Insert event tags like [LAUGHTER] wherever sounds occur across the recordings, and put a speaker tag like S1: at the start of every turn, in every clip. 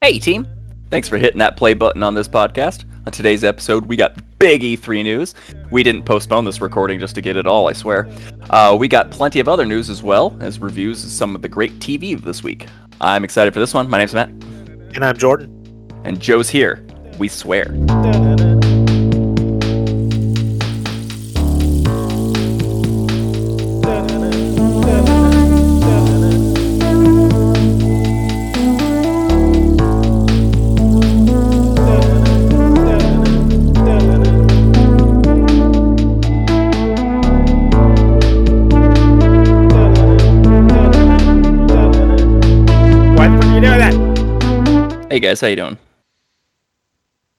S1: Hey, team. Thanks for hitting that play button on this podcast. On today's episode, we got big E3 news. We didn't postpone this recording just to get it all, I swear. Uh, we got plenty of other news as well as reviews of some of the great TV of this week. I'm excited for this one. My name's Matt,
S2: And I'm Jordan.
S1: and Joe's here. We swear.
S2: Why the fuck are you doing that?
S1: Hey guys, how you doing?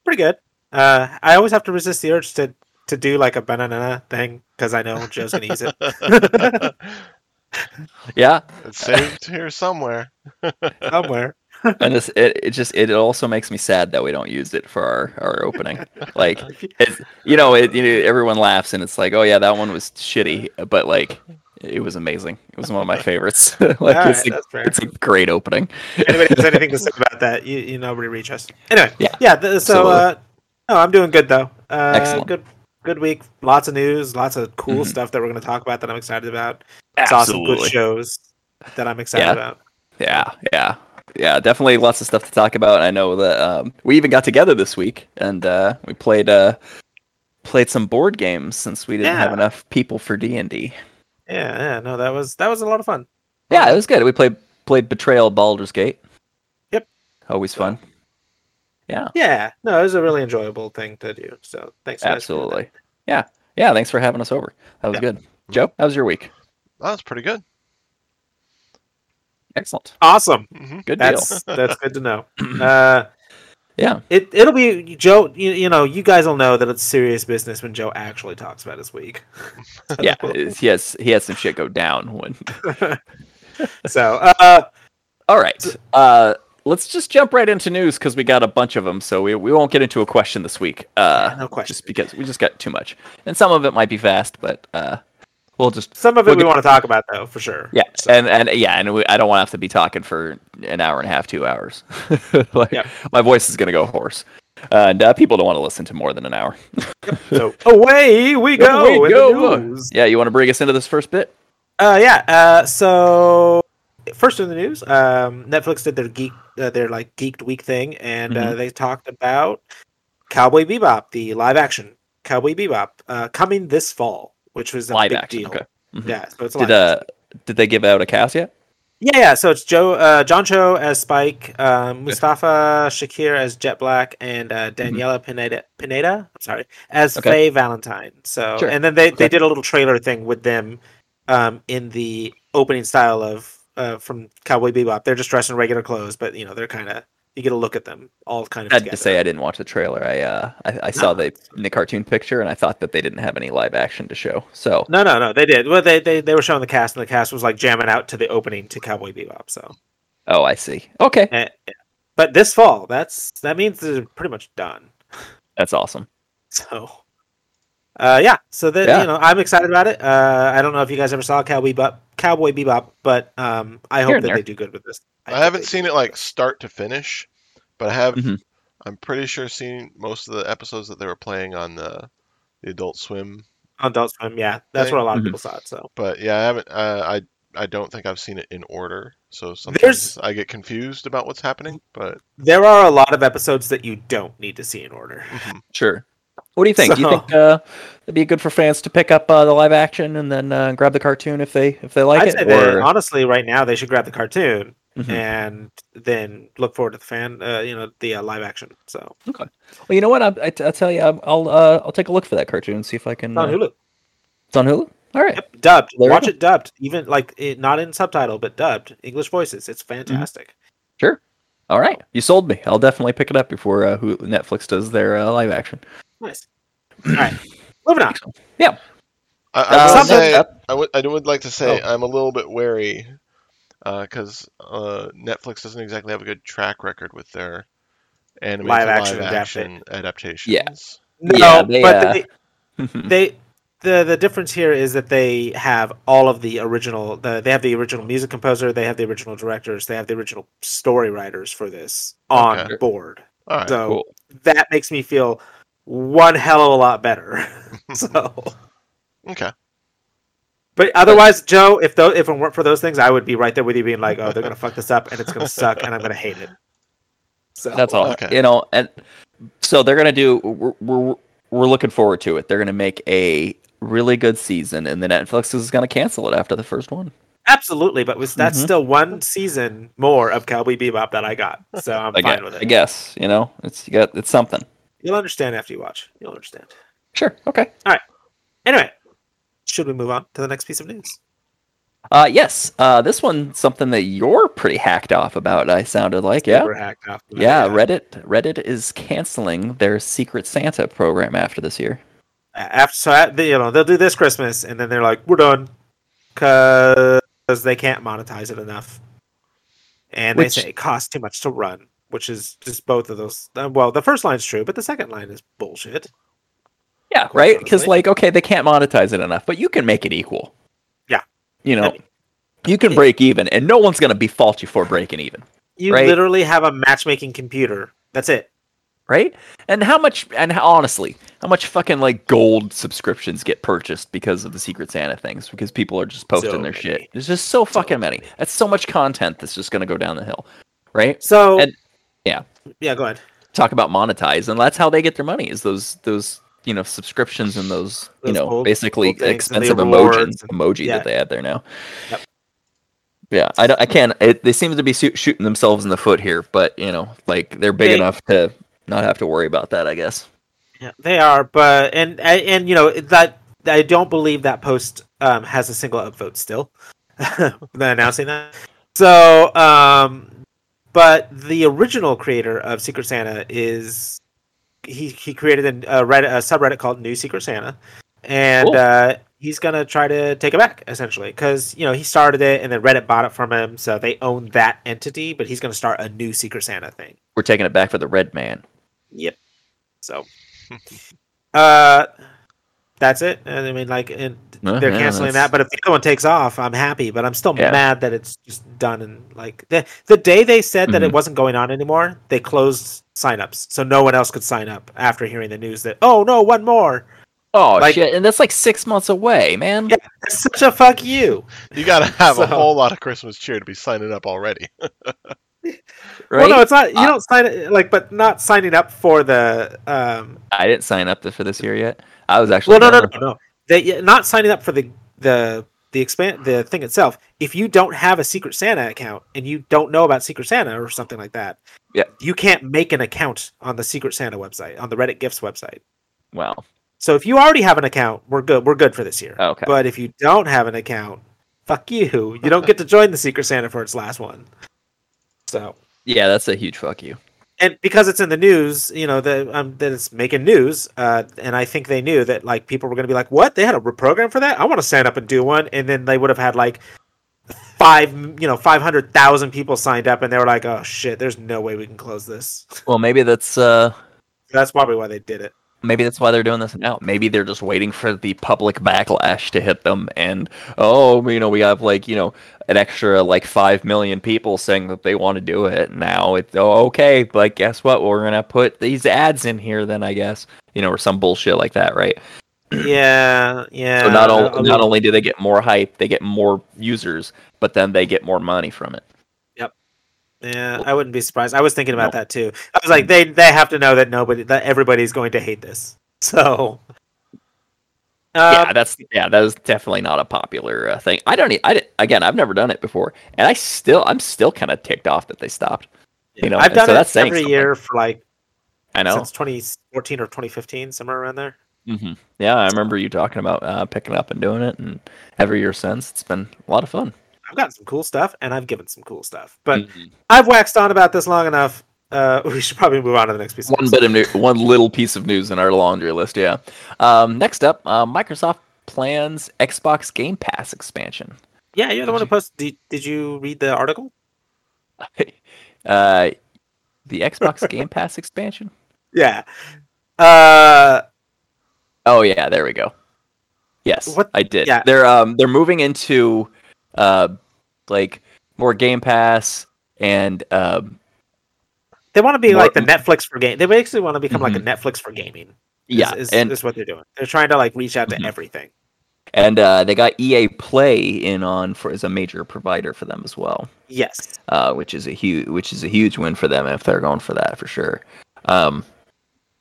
S2: Pretty good. Uh, I always have to resist the urge to to do like a banana thing because I know Joe's gonna [LAUGHS] use it.
S1: Yeah,
S3: it's saved here somewhere.
S2: somewhere.
S1: and this it, it just it also makes me sad that we don't use it for our, our opening.
S2: [LAUGHS]
S1: Like it's, you know, it, you know, everyone laughs and it's like, oh yeah, that one was shitty, but like it was amazing. It was one of my favorites. [LAUGHS] like
S2: All right,
S1: it's, a,
S2: that's fair.
S1: it's a great opening.
S2: anybody has anything to say about that, you, you know, nobody reach us. Anyway,
S1: Yeah.
S2: yeah, th- so uh, no, I'm doing good though. Uh,
S1: Excellent.
S2: Good, good week. Lots of news. Lots of cool
S1: Mhm.
S2: stuff that we're going to talk about that I'm excited about. Saw some good shows that I'm excited
S1: Yeah.
S2: about.
S1: Yeah, yeah, yeah. Definitely lots of stuff to talk about. I know that um, we even got together this week and uh, we played uh, played some board games since we didn't have
S2: Yeah.
S1: enough people for D and D.
S2: Yeah, yeah. No, that was that was a lot of fun.
S1: Yeah, it was good. We played played Betrayal Baldur's Gate.
S2: Yep.
S1: Always fun.
S2: Yeah, no, it was a really enjoyable thing to do. So thanks. guys, for doing that.
S1: Absolutely. Yeah. Yeah, thanks for having us over. That was
S2: Yeah.
S1: good. Joe, how was your week?
S3: That was pretty good.
S1: Excellent.
S2: Awesome.
S3: hmm
S1: Good deal.
S2: [LAUGHS] That's that's good
S1: [CLEARS THROAT]
S2: to know. Uh,
S1: Yeah.
S2: it it'll be Joe. You, you know, you guys will know that it's serious business when Joe actually talks about his week.
S1: Yeah. it's- He has he has some shit go down when [LAUGHS]
S2: So uh,
S1: All right. Uh let's just jump right into news because we got a bunch of them, so we, we won't get into a question this week. Uh
S2: no question.
S1: just because we just got too much. And some of it might be fast, but uh we'll just
S2: Some of it
S1: We'll
S2: we
S1: get-
S2: want to talk about though, for sure.
S1: Yeah, and and yeah, and we, I don't want to have to be talking for an hour and a half, two hours. [LAUGHS] like
S2: Yep.
S1: my voice is gonna go hoarse, and uh, people don't want to listen to more than an hour.
S2: So away we go.
S1: Away
S2: with the
S1: go.
S2: news.
S1: Yeah, you want to bring us into this first bit?
S2: Uh, yeah. Uh, so first in the news, um, Netflix did their geek, uh, their like geeked week thing, and uh,
S1: Mm-hmm.
S2: they talked about Cowboy Bebop, the live action Cowboy Bebop, uh, coming this fall, which was a
S1: Live
S2: big
S1: action.
S2: deal.
S1: Okay. Mhm.
S2: Yeah. So it's a
S1: Did
S2: live action.
S1: uh did they give out a cast yet?
S2: Yeah, yeah. So it's Joe, uh, John Cho as Spike, um, Mustafa Shakir as Jet Black, and uh, Daniela Pineda, Pineda, I'm sorry, as
S1: Mm-hmm. Okay.
S2: Faye Valentine. So,
S1: Sure.
S2: and then they,
S1: Okay.
S2: they did a little trailer thing with them um, in the opening style of uh, from Cowboy Bebop. They're just dressed in regular clothes, but you know they're kind of you get a look at them all kind of.
S1: I had to
S2: together.
S1: say I didn't watch the trailer. I uh I, I
S2: Ah.
S1: saw the the cartoon picture and I thought that they didn't have any live action to show. So
S2: No, no, no. They did. Well, they, they they were showing the cast, and the cast was like jamming out to the opening to Cowboy Bebop. So,
S1: oh, I see. Okay,
S2: eh, yeah. but this fall, that's that means they're pretty much done.
S1: that's awesome.
S2: So, uh, yeah. So that
S1: Yeah.
S2: you know, I'm excited about it. Uh, I don't know if you guys ever saw Cowboy Bebop, Cowboy Bebop, but um, I
S1: Here
S2: hope
S1: and
S2: that
S1: there.
S2: they do good with this.
S3: I
S2: hope
S3: haven't
S2: they-
S3: seen it like start to finish, but I have.
S2: Mm-hmm.
S1: Mhm.
S3: I'm pretty sure seen most of the episodes that they were playing on the, the Adult Swim.
S2: on Adult Swim. Yeah, that's where a lot of
S1: Mhm.
S2: people saw it. So
S3: But yeah, I haven't. Uh, I I don't think I've seen it in order. So sometimes
S2: There's-
S3: I get confused about what's happening. But
S2: there are a lot of episodes that you don't need to see in order.
S3: mhm.
S1: Sure. What do you think? Do you
S2: So-
S1: think uh, it'd be good for fans to pick up uh, the live action and then uh, grab the cartoon if they if they like
S2: I'd
S1: it?
S2: say that
S1: or-
S2: honestly, right now they should grab the cartoon
S1: Mhm.
S2: and then look forward to the fan, uh, you know, the uh, live action. So
S1: Well, you know what? I, I, I tell you, I'm- I'll uh, I'll take a look for that cartoon and see if I can.
S2: it's on
S1: uh,
S2: Hulu,
S1: It's on Hulu. All right.
S2: yep, dubbed.
S1: There you
S2: Watch
S1: go.
S2: it dubbed, even like it, not in subtitle, but dubbed English voices. It's
S1: Mm-hmm.
S2: fantastic.
S1: Sure. All right. You sold me. I'll definitely pick it up before uh, Hulu, Netflix does their uh, live action.
S2: Nice. All right,
S1: [CLEARS THROAT]
S2: moving on.
S3: I, I
S1: Uh,
S3: will
S2: something- Oh.
S3: say, [LAUGHS]
S1: Yep.
S3: I would, I would like to say I'm a little bit wary because uh, Netflix doesn't exactly have a good track record with their animated
S2: Live
S3: live
S2: action
S3: action, adaptations.
S1: Yeah, they,
S2: but
S1: uh,
S2: they, they the the difference here is that they have all of the original. The, they have the original music composer. They have the original directors. They have the original story writers for this on
S3: Okay.
S2: board.
S3: All right.
S2: so
S1: cool.
S2: that makes me feel one hell of a lot better. so,
S3: Okay.
S2: but otherwise, Joe, if though if it weren't for those things, I would be right there with you, being like, "Oh, they're gonna fuck this up, and it's gonna suck, and I'm gonna hate it." So
S1: [LAUGHS] That's all.
S3: Okay.
S1: You know, and so they're gonna do. We're, we're we're looking forward to it. They're gonna make a really good season, and then Netflix is gonna cancel it after the first one.
S2: Absolutely, but was that's
S1: Mhm.
S2: still one season more of Cowboy Bebop that I got,
S1: [LAUGHS]
S2: so I'm
S1: I
S2: fine
S1: guess,
S2: with
S1: I
S2: it.
S1: guess. You know, it's you got it's something.
S2: You'll understand after you watch. You'll understand.
S1: Sure. Okay.
S2: Anyway, should we move on to the next piece of news?
S1: Uh, yes. Uh, this one something that you're pretty hacked off about. I sounded like yeah.
S2: Super hacked off.
S1: Yeah, Reddit. Reddit is canceling their Secret Santa program after this year.
S2: After so uh, they- you know they'll do this Christmas, and then they're like, "We're done," because they can't monetize it enough, and
S1: Which-
S2: they say it costs too much to run, which is just both of those. Uh, well, the first line's true, but the second line is bullshit.
S1: Yeah,
S2: course,
S1: right? Because
S2: honestly.
S1: like, okay, they can't monetize it enough, but you can make it equal.
S2: Yeah.
S1: You know,
S2: And-
S1: you can break even, and no one's gonna befault you for breaking even,
S2: You
S1: Right.
S2: literally have a matchmaking computer. That's it.
S1: right? And how much? And how, honestly, how much fucking like gold subscriptions get purchased because of the Secret Santa things? Because people are just posting their
S2: many.
S1: shit. There's just so fucking many. That's so much content that's just gonna go down the hill, right?
S2: So
S1: And- yeah.
S2: yeah, go ahead.
S1: talk about monetize and that's how they get their money is those those you know subscriptions and those, you
S2: Those
S1: know
S2: old-
S1: basically
S2: old things and the
S1: expensive
S2: rewards
S1: emoji
S2: and-
S1: emoji
S2: yeah.
S1: that they have there now
S2: Yep.
S1: yeah i, don't- I can't it, they seem to be shoot, shooting themselves in the foot here but you know like they're big
S2: They-
S1: enough to not have to worry about that i guess
S2: Yeah, they are, but and and- and you know that I don't believe that post um, has a single upvote still. [LAUGHS] They're announcing that. So, um, but the original creator of Secret Santa is he he created an- a, Reddit, a subreddit called New Secret Santa, and
S1: Cool.
S2: uh, he's gonna try to take it back essentially because you know he started it and then Reddit bought it from him, so they own that entity. But he's gonna start a new Secret Santa thing.
S1: we're taking it back for the red man
S2: Yep. So, [LAUGHS] uh, that's it. And I mean, like, and
S1: Uh,
S2: they're
S1: yeah,
S2: canceling
S1: that's-
S2: that. But if the other one takes off, I'm happy. But I'm still
S1: Yeah.
S2: mad that it's just done. And like the the day they said that
S1: Mhm.
S2: it wasn't going on anymore, they closed signups, so no one else could sign up after hearing the news that oh no, one more.
S1: oh
S2: Like-
S1: shit and that's like six months away man
S2: Yeah. That's such a fuck you.
S3: You got to [LAUGHS] have a
S2: So-
S3: whole lot of Christmas cheer to be signing up already.
S1: right
S2: Well, no, it's not. You
S1: Uh,
S2: don't sign it like, but not signing up for the um
S1: i didn't sign up to- for this year yet i was actually
S2: Well, no, no,
S1: gonna-
S2: no, no. They yeah, not signing up for the the the expand the thing itself. If you don't have a Secret Santa account and you don't know about Secret Santa or something like that,
S1: Yeah.
S2: you can't make an account on the Secret Santa website on the Reddit Gifts website.
S1: wow
S2: So if you already have an account, we're good. We're good for this year.
S1: okay
S2: But if you don't have an account, fuck you. You don't get to join the Secret Santa for its last one. So
S1: yeah that's a huge fuck you
S2: and because it's in the news, you know, the, um, that it's making news, uh, and I think they knew that like people were going to be like, "What? They had a program for that? I want to sign up and do one." And then they would have had like five, you know, five hundred thousand people signed up, and they were like, "Oh shit, there's no way we can close this."
S1: well maybe that's uh
S2: That's probably why they
S1: [CLEARS THROAT]
S2: did it.
S1: Maybe that's why they're doing this now. Maybe they're just waiting for the public backlash to hit them, and oh, you know, we have like you know an extra like five million people saying that they want to do it now. It's oh, okay, but guess what? We're gonna put these ads in here then, I guess, you know, or some bullshit like that, right?
S2: yeah, yeah.
S1: So not
S2: I
S1: only
S2: mean,
S1: not only do they get more hype, they get more users, but then they get more money from it.
S2: yeah, I wouldn't be surprised. I was thinking about
S1: No.
S2: that too. I was like, they they have to know that nobody, that everybody's going to hate this. [LAUGHS] So. uh, Um,
S1: yeah, that's yeah, that is definitely not a popular uh, thing. I don't, e- I di- again, I've never done it before, and I still, I'm still kind of ticked off that they stopped. You know,
S2: I've
S1: and
S2: done
S1: so
S2: it
S1: that's saying
S2: every
S1: something.
S2: year for like
S1: I know.
S2: since 2014 or 2015, somewhere around there.
S1: hmm Yeah, I remember you talking about uh, picking up and doing it, and every year since, it's been a lot of fun. Mm-hmm.
S2: I've gotten some cool stuff, and I've given some cool stuff. But
S1: Mm.
S2: I've waxed on about this long enough. Uh, [LAUGHS] we should probably move on to the next piece. of
S1: one
S2: news.
S1: bit of new, one little piece of news in our laundry list. Yeah. Um, next up, uh, Microsoft plans Xbox Game Pass expansion.
S2: yeah, you're
S1: Did
S2: the one who
S1: you-
S2: posted. Did, did you read the article?
S1: [LAUGHS] uh, the
S2: [LAUGHS]
S1: Xbox Game Pass expansion.
S2: Yeah. Uh,
S1: Oh yeah, there we go. Yes,
S2: What-
S1: I did.
S2: yeah.
S1: They're um they're moving into uh like more Game Pass and um
S2: They want to be
S1: More-
S2: like the Netflix for game. They basically want to become like a Netflix for gaming. is-
S1: Mm-hmm. yeah
S2: is,
S1: and
S2: is what they're doing. They're trying to like reach out to
S1: Mhm.
S2: everything.
S1: and uh, they got EA Play in on for as a major provider for them as well.
S2: Yes,
S1: uh, which is a huge which is a huge win for them if they're going for that for sure. Um,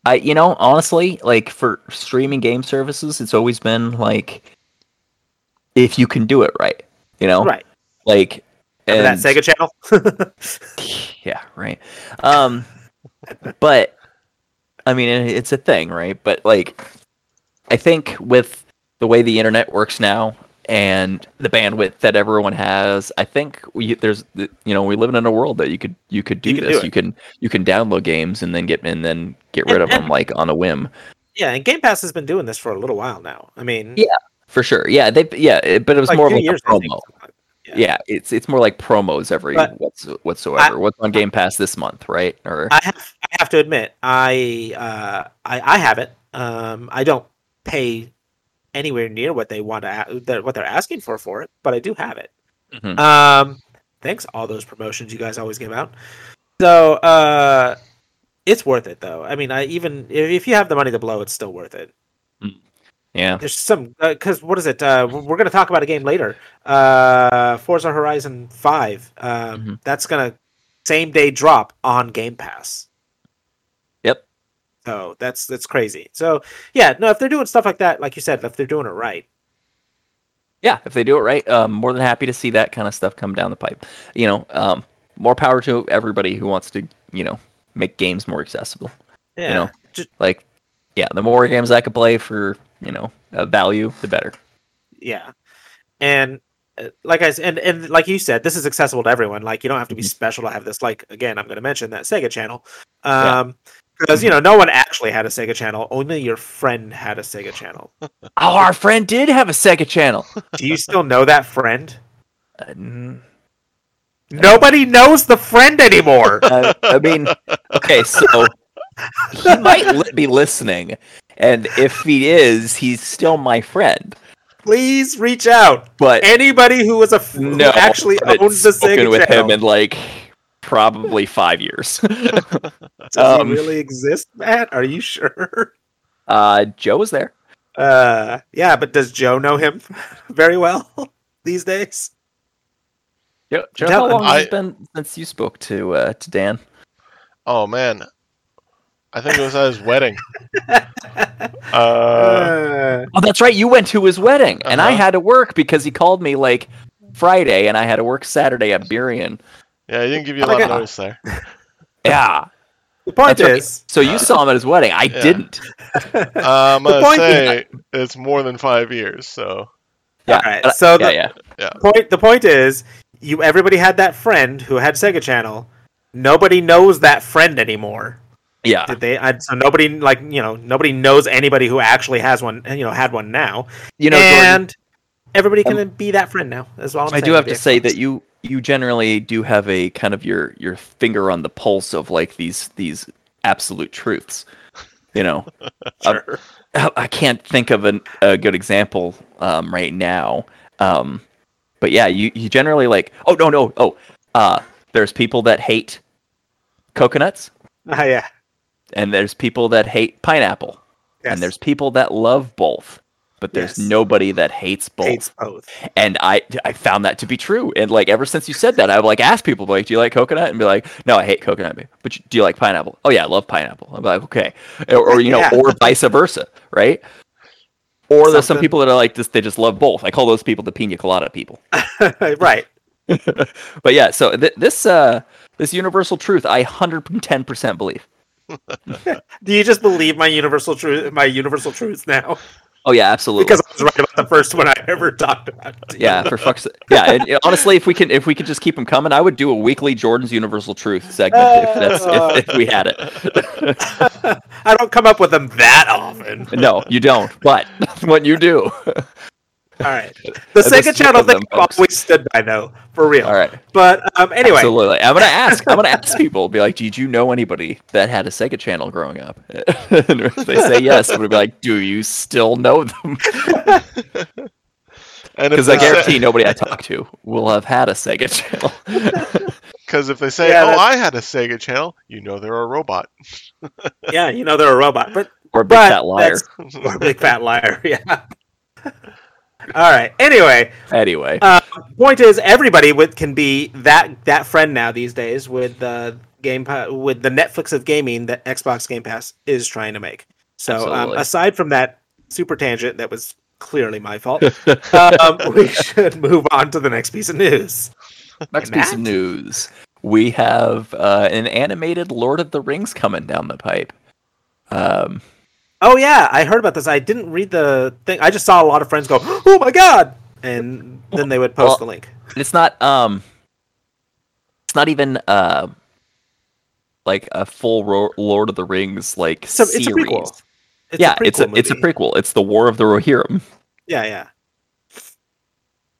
S1: I you know honestly like for streaming game services, it's always been like if you can do it right, you know,
S2: right.
S1: like
S2: Remember that Sega channel. [LAUGHS]
S1: [LAUGHS] yeah, right. Um, but I mean, it- it's a thing, right? But like, I think with the way the internet works now and the bandwidth that everyone has, I think we there's you know we live in a world that you could you could do
S2: You can do
S1: this.
S2: it.
S1: you can you can download games and then get and then get rid
S2: [LAUGHS] And-
S1: of them like on a whim.
S2: yeah, and Game Pass has been doing this for a little while now. I mean,
S1: Yeah, For sure, yeah. They yeah, it, but it was
S2: like
S1: more of
S2: two
S1: like a
S2: years, I think,
S1: promo.
S2: something like
S1: Yeah.
S2: yeah.
S1: it's it's more like promos every
S2: But
S1: what's, whatsoever. What's on Game Pass this month, right? Or
S2: I have, I have to admit, I uh, I, I haven't. Um, I don't pay anywhere near what they want to a- that- what they're asking for for it, but I do have it.
S1: Mhm.
S2: Um, thanks all those promotions you guys always give out. So uh, it's worth it though. I mean, I even if, if you have the money to blow, it's still worth it.
S1: yeah,
S2: There's some because what is it? Uh, we're we're gonna talk about a game later. Uh, Forza Horizon Five. Um,
S1: Mhm.
S2: That's gonna same day drop on Game Pass.
S1: Yep.
S2: So that's that's crazy. So yeah, no, if they're doing stuff like that, like you said, if they're doing it right,
S1: yeah, if they do it right, um, more than happy to see that kind of stuff come down the pipe. You know, um, more power to everybody who wants to, you know, make games more accessible.
S2: yeah,
S1: know.
S2: Ju-
S1: Like, yeah, the more games I could play for, you know, uh, value, the better.
S2: yeah, and. uh, Like I s- and and like you said, this is accessible to everyone. Like you don't have to be
S1: Mhm.
S2: special to have this. Like again, I'm going to mention that Sega Channel,
S1: Yeah. Mm-hmm.
S2: um, because you know no one actually had a Sega Channel. Only your friend had a Sega Channel.
S1: Oh, our friend did have a Sega channel.
S2: Do you still know that friend?
S1: Uh, n-
S2: Nobody knows the friend anymore.
S1: uh, I mean, okay, so he might li- be listening, and if he is, he's still my friend.
S2: [LAUGHS] Please reach out.
S1: But
S2: Anybody who was a f- who
S1: no,
S2: actually
S1: I haven't
S2: owns the
S1: spoken
S2: Sega
S1: with
S2: channel.
S1: him in like probably five years.
S2: Does
S1: um,
S2: he really exist, Matt? Are you sure? [LAUGHS]
S1: Uh, Joe was there.
S2: Uh, yeah, but does Joe know him [LAUGHS] very well [LAUGHS] these days?
S1: Joe, Joe
S2: Tell
S1: how long has
S3: I-
S1: it been since you spoke to uh, to Dan?
S3: Oh man, I think it was at his
S2: [LAUGHS]
S3: wedding. Uh,
S2: Uh,
S1: Oh, that's right. You went to his wedding, and I
S3: Uh-huh.
S1: had to work because he called me like Friday, and I had to work Saturday at Burien.
S3: yeah, I didn't give you a lot
S1: okay.
S3: of
S2: [LAUGHS]
S3: notice there.
S1: Yeah.
S2: the point
S1: That's okay.
S2: is,
S1: So you saw him at his wedding. I
S3: Yeah.
S1: didn't.
S3: Uh, I'm
S2: The
S3: gonna
S2: point
S3: say it's more than five years. So
S1: Yeah.
S2: All right,
S1: but I-
S2: so
S1: yeah,
S2: the-
S1: yeah.
S2: point the point is, you everybody had that friend who had Sega Channel. Nobody knows that friend anymore.
S1: Yeah.
S2: Did they? I, so nobody like you know nobody knows anybody who actually has one. You know, had one now,
S1: You know, Jordan, Um,
S2: and everybody can be that friend now. As well,
S1: I do have to say
S2: [LAUGHS]
S1: that you you generally do have a kind of your your finger on the pulse of like these these absolute truths. You
S2: [LAUGHS]
S1: know,
S2: Sure.
S1: I I can't think of an, a good example um, right now. Um, but yeah, you, you generally like, oh, no, no, oh, uh, there's people that hate coconuts,
S2: Ah, yeah,
S1: and there's people that hate pineapple,
S2: Yes.
S1: and there's people that love both, but there's
S2: Yes.
S1: nobody that hates both.
S2: hates both. [LAUGHS]
S1: And I, I found that to be true. And like, ever since you said that, I would like ask people, like, do you like coconut? And be like, no, I hate coconut. But you- do you like pineapple? Oh, yeah, I love pineapple. I'm like, okay. Or, or, you know,
S2: [LAUGHS] Yeah.
S1: or vice versa, right? Or there's some
S2: Something-
S1: people that are like, just, they just love both. I call those people the pina colada people.
S2: right.
S1: But yeah, so th- this, uh, this universal truth, I 110% believe.
S2: Do you just believe my universal truth? My universal truths now,
S1: Oh, yeah, absolutely.
S2: because I was right about the first one I ever talked about.
S1: yeah,
S2: [LAUGHS]
S1: for fuck's sake. Yeah, and, uh, honestly, if we can, if we could just keep them coming, I would do a weekly Jordan's Universal Truth segment if that's if, if we had it.
S2: I don't come up with them that often.
S1: [LAUGHS] no, you don't. But when you do,
S2: All
S1: [LAUGHS]
S2: right. The
S1: At least
S2: Sega channel
S1: one of
S2: thing
S1: them, folks.
S2: always stood by though, for real.
S1: All right.
S2: But um, anyway,
S1: Absolutely. I'm gonna ask. I'm gonna
S2: [LAUGHS]
S1: ask people. Be like, did you know anybody that had a Sega Channel growing up? [LAUGHS] and if they say yes, I'm gonna be like, do you still know
S2: [LAUGHS]
S1: them?
S3: And if
S1: Because I
S3: they say-
S1: guarantee nobody I talk to will have had a Sega Channel. [LAUGHS]
S3: 'cause if they say,
S2: Yeah,
S3: "Oh,
S2: that's-
S3: I had a Sega channel," you know they're a robot.
S2: yeah, you know they're a robot, but
S1: or big
S2: But
S1: fat liar.
S2: that's- [LAUGHS] or a big fat liar. Yeah. All right. Anyway,
S1: Anyway,
S2: uh, point is, everybody with can be that that friend now these days with the game Pa- with the Netflix of gaming that Xbox Game Pass is trying to make. So um,
S1: Absolutely.
S2: aside from that super tangent, that was clearly my
S1: [LAUGHS]
S2: fault. um, we should move on to the next piece of news.
S1: next piece of
S2: Matt?
S1: news. We have uh, an animated Lord of the Rings coming down the pipe. Um,
S2: Oh yeah, I heard about this. I didn't read the thing. I just saw a lot of friends go, "Oh my god!" and then they would post
S1: Well-
S2: the link.
S1: it's not um it's not even uh like a full Ro- lord of the rings like
S2: It's a,
S1: series
S2: it's a prequel. It's
S1: yeah it's a
S2: prequel
S1: it's a
S2: movie.
S1: prequel it's the war of the rohirrim
S2: Yeah, yeah.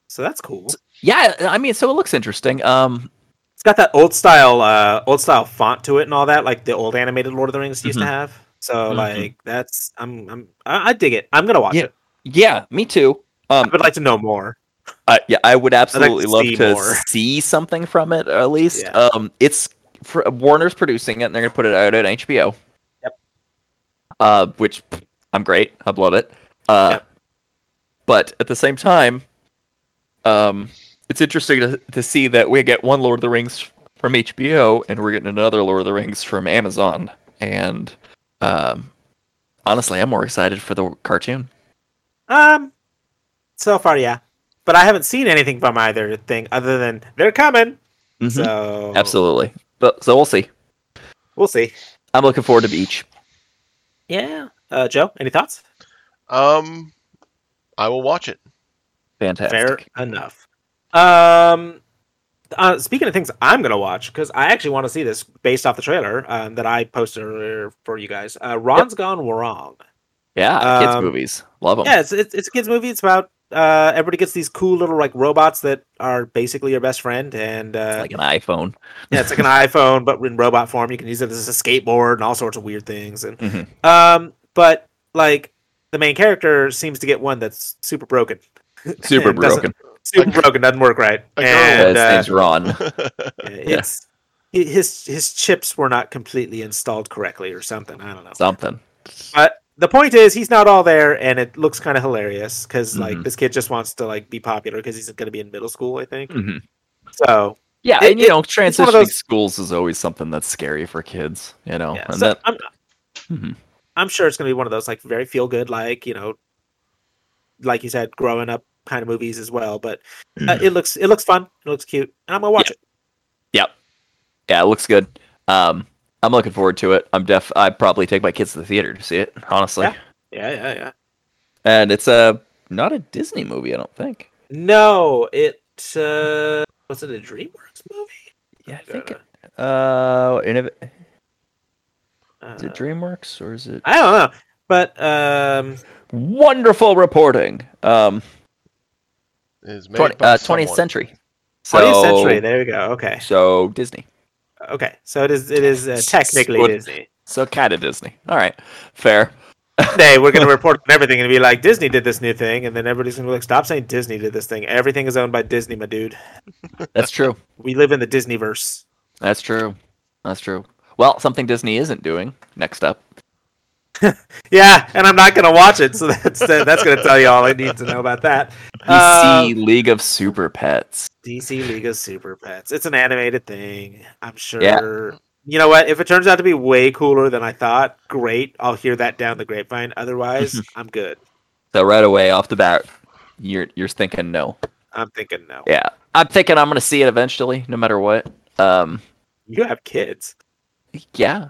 S2: So that's cool.
S1: yeah i mean so it looks interesting um
S2: It's got that old style, uh, old style font to it and all that, like the old animated Lord of the Rings used
S1: Mhm.
S2: to have. So
S1: Mhm.
S2: like that's I'm I'm I, I dig it. I'm gonna watch
S1: Yeah.
S2: it.
S1: yeah me too
S2: I
S1: um
S2: would like to know more.
S1: I- yeah i would absolutely love
S2: see
S1: to
S2: more.
S1: see something from it at least
S2: Yeah.
S1: um it's for, warner's producing it and they're gonna put it out on hbo
S2: Yep.
S1: uh which pff, i'm great i love it uh
S2: Yep.
S1: but at the same time um it's interesting to, to see that we get one lord of the rings from hbo and we're getting another lord of the rings from amazon and um honestly i'm more excited for the cartoon
S2: Um, so far, yeah, but I haven't seen anything from either thing other than they're coming. Mm-hmm. So
S1: Mm-hmm. absolutely but so we'll see
S2: we'll see.
S1: i'm looking forward to each
S2: Yeah. Uh, Joe, any thoughts?
S3: Um, I will watch it.
S1: Fantastic.
S2: Fair enough. Um, uh, speaking of things I'm gonna watch because I actually want to see this based off the trailer um, that I posted earlier for you guys. Uh, Ron's Gone Wrong.
S1: Yeah, kids
S2: Um,
S1: movies. Love them.
S2: Yeah, it's, it's it's a kids movie. It's about uh, everybody gets these cool little like robots that are basically your best friend, and uh,
S1: like an iPhone.
S2: yeah, it's
S1: [LAUGHS]
S2: like an iPhone but in robot form. You can use it as a skateboard and all sorts of weird things. And
S1: Mhm.
S2: um, but like the main character seems to get one that's super broken.
S1: Super
S2: [LAUGHS] It doesn't-
S1: broken.
S2: Super broken doesn't work right.
S3: I
S2: And,
S3: go-
S1: Yeah, his
S2: uh,
S1: name's Ron.
S2: Yeah, it's hi- his his chips were not completely installed correctly or something. I don't know.
S1: Something.
S2: But the point is, he's not all there, and it looks kind of hilarious because like
S1: Mhm.
S2: this kid just wants to like be popular because he's going to be in middle school, I think.
S1: Mhm.
S2: So
S1: Yeah,
S2: It-
S1: and you
S2: it-
S1: know,
S2: it's one
S1: transitioning
S2: of those-
S1: schools is always something that's scary for kids. You know,
S2: yeah,
S1: and
S2: so
S1: that
S2: I'm
S1: Mhm.
S2: I'm sure it's going to be one of those like very feel good, like you know, like you said, growing up kind of movies as well. But uh,
S1: Mm-hmm.
S2: it looks it looks fun, it looks cute, and I'm gonna watch
S1: yeah, it looks good. Um, I'm looking forward to it. I'm def. I probably take my kids to the theater to see it. Honestly,
S2: it. Yeah, yeah, yeah.
S1: and it's a not a Disney movie. I don't think.
S2: No, it uh, was it a DreamWorks movie?
S1: Yeah, I
S2: Yeah.
S1: think. it- Uh, Innov-
S2: Uh,
S1: is it DreamWorks or is it?
S2: I don't know. But um
S1: Wonderful reporting. Um,
S3: Is made
S1: 20,
S3: by
S1: uh, 20th
S3: someone.
S1: century.
S2: 20th
S1: So-
S2: century, there we go. Okay.
S1: So Disney.
S2: Okay. So it is it is uh, technically
S1: What-
S2: Disney.
S1: So kind of Disney. All right, fair.
S2: Today we're gonna report on everything and be like Disney did this new thing and then everybody's gonna be like, Stop saying Disney did this thing. Everything is owned by Disney, my dude.
S1: That's true.
S2: We live in the Disneyverse.
S1: That's true. That's true. Well, something Disney isn't doing. Next up,
S2: Yeah, and I'm not gonna watch it, so that's that's gonna tell you all I need to know
S1: [LAUGHS]
S2: about that.
S1: DC League of Super Pets.
S2: DC League of Super Pets. It's an animated thing. I'm sure.
S1: Yeah.
S2: You know what? If it turns out to be way cooler than I thought, great. I'll hear that down the grapevine.
S1: [LAUGHS]
S2: Otherwise, I'm good.
S1: So right away off the bat, you're you're thinking no.
S2: I'm thinking no.
S1: Yeah, I'm thinking I'm gonna see it eventually, no matter what. Um,
S2: You have kids,
S1: yeah.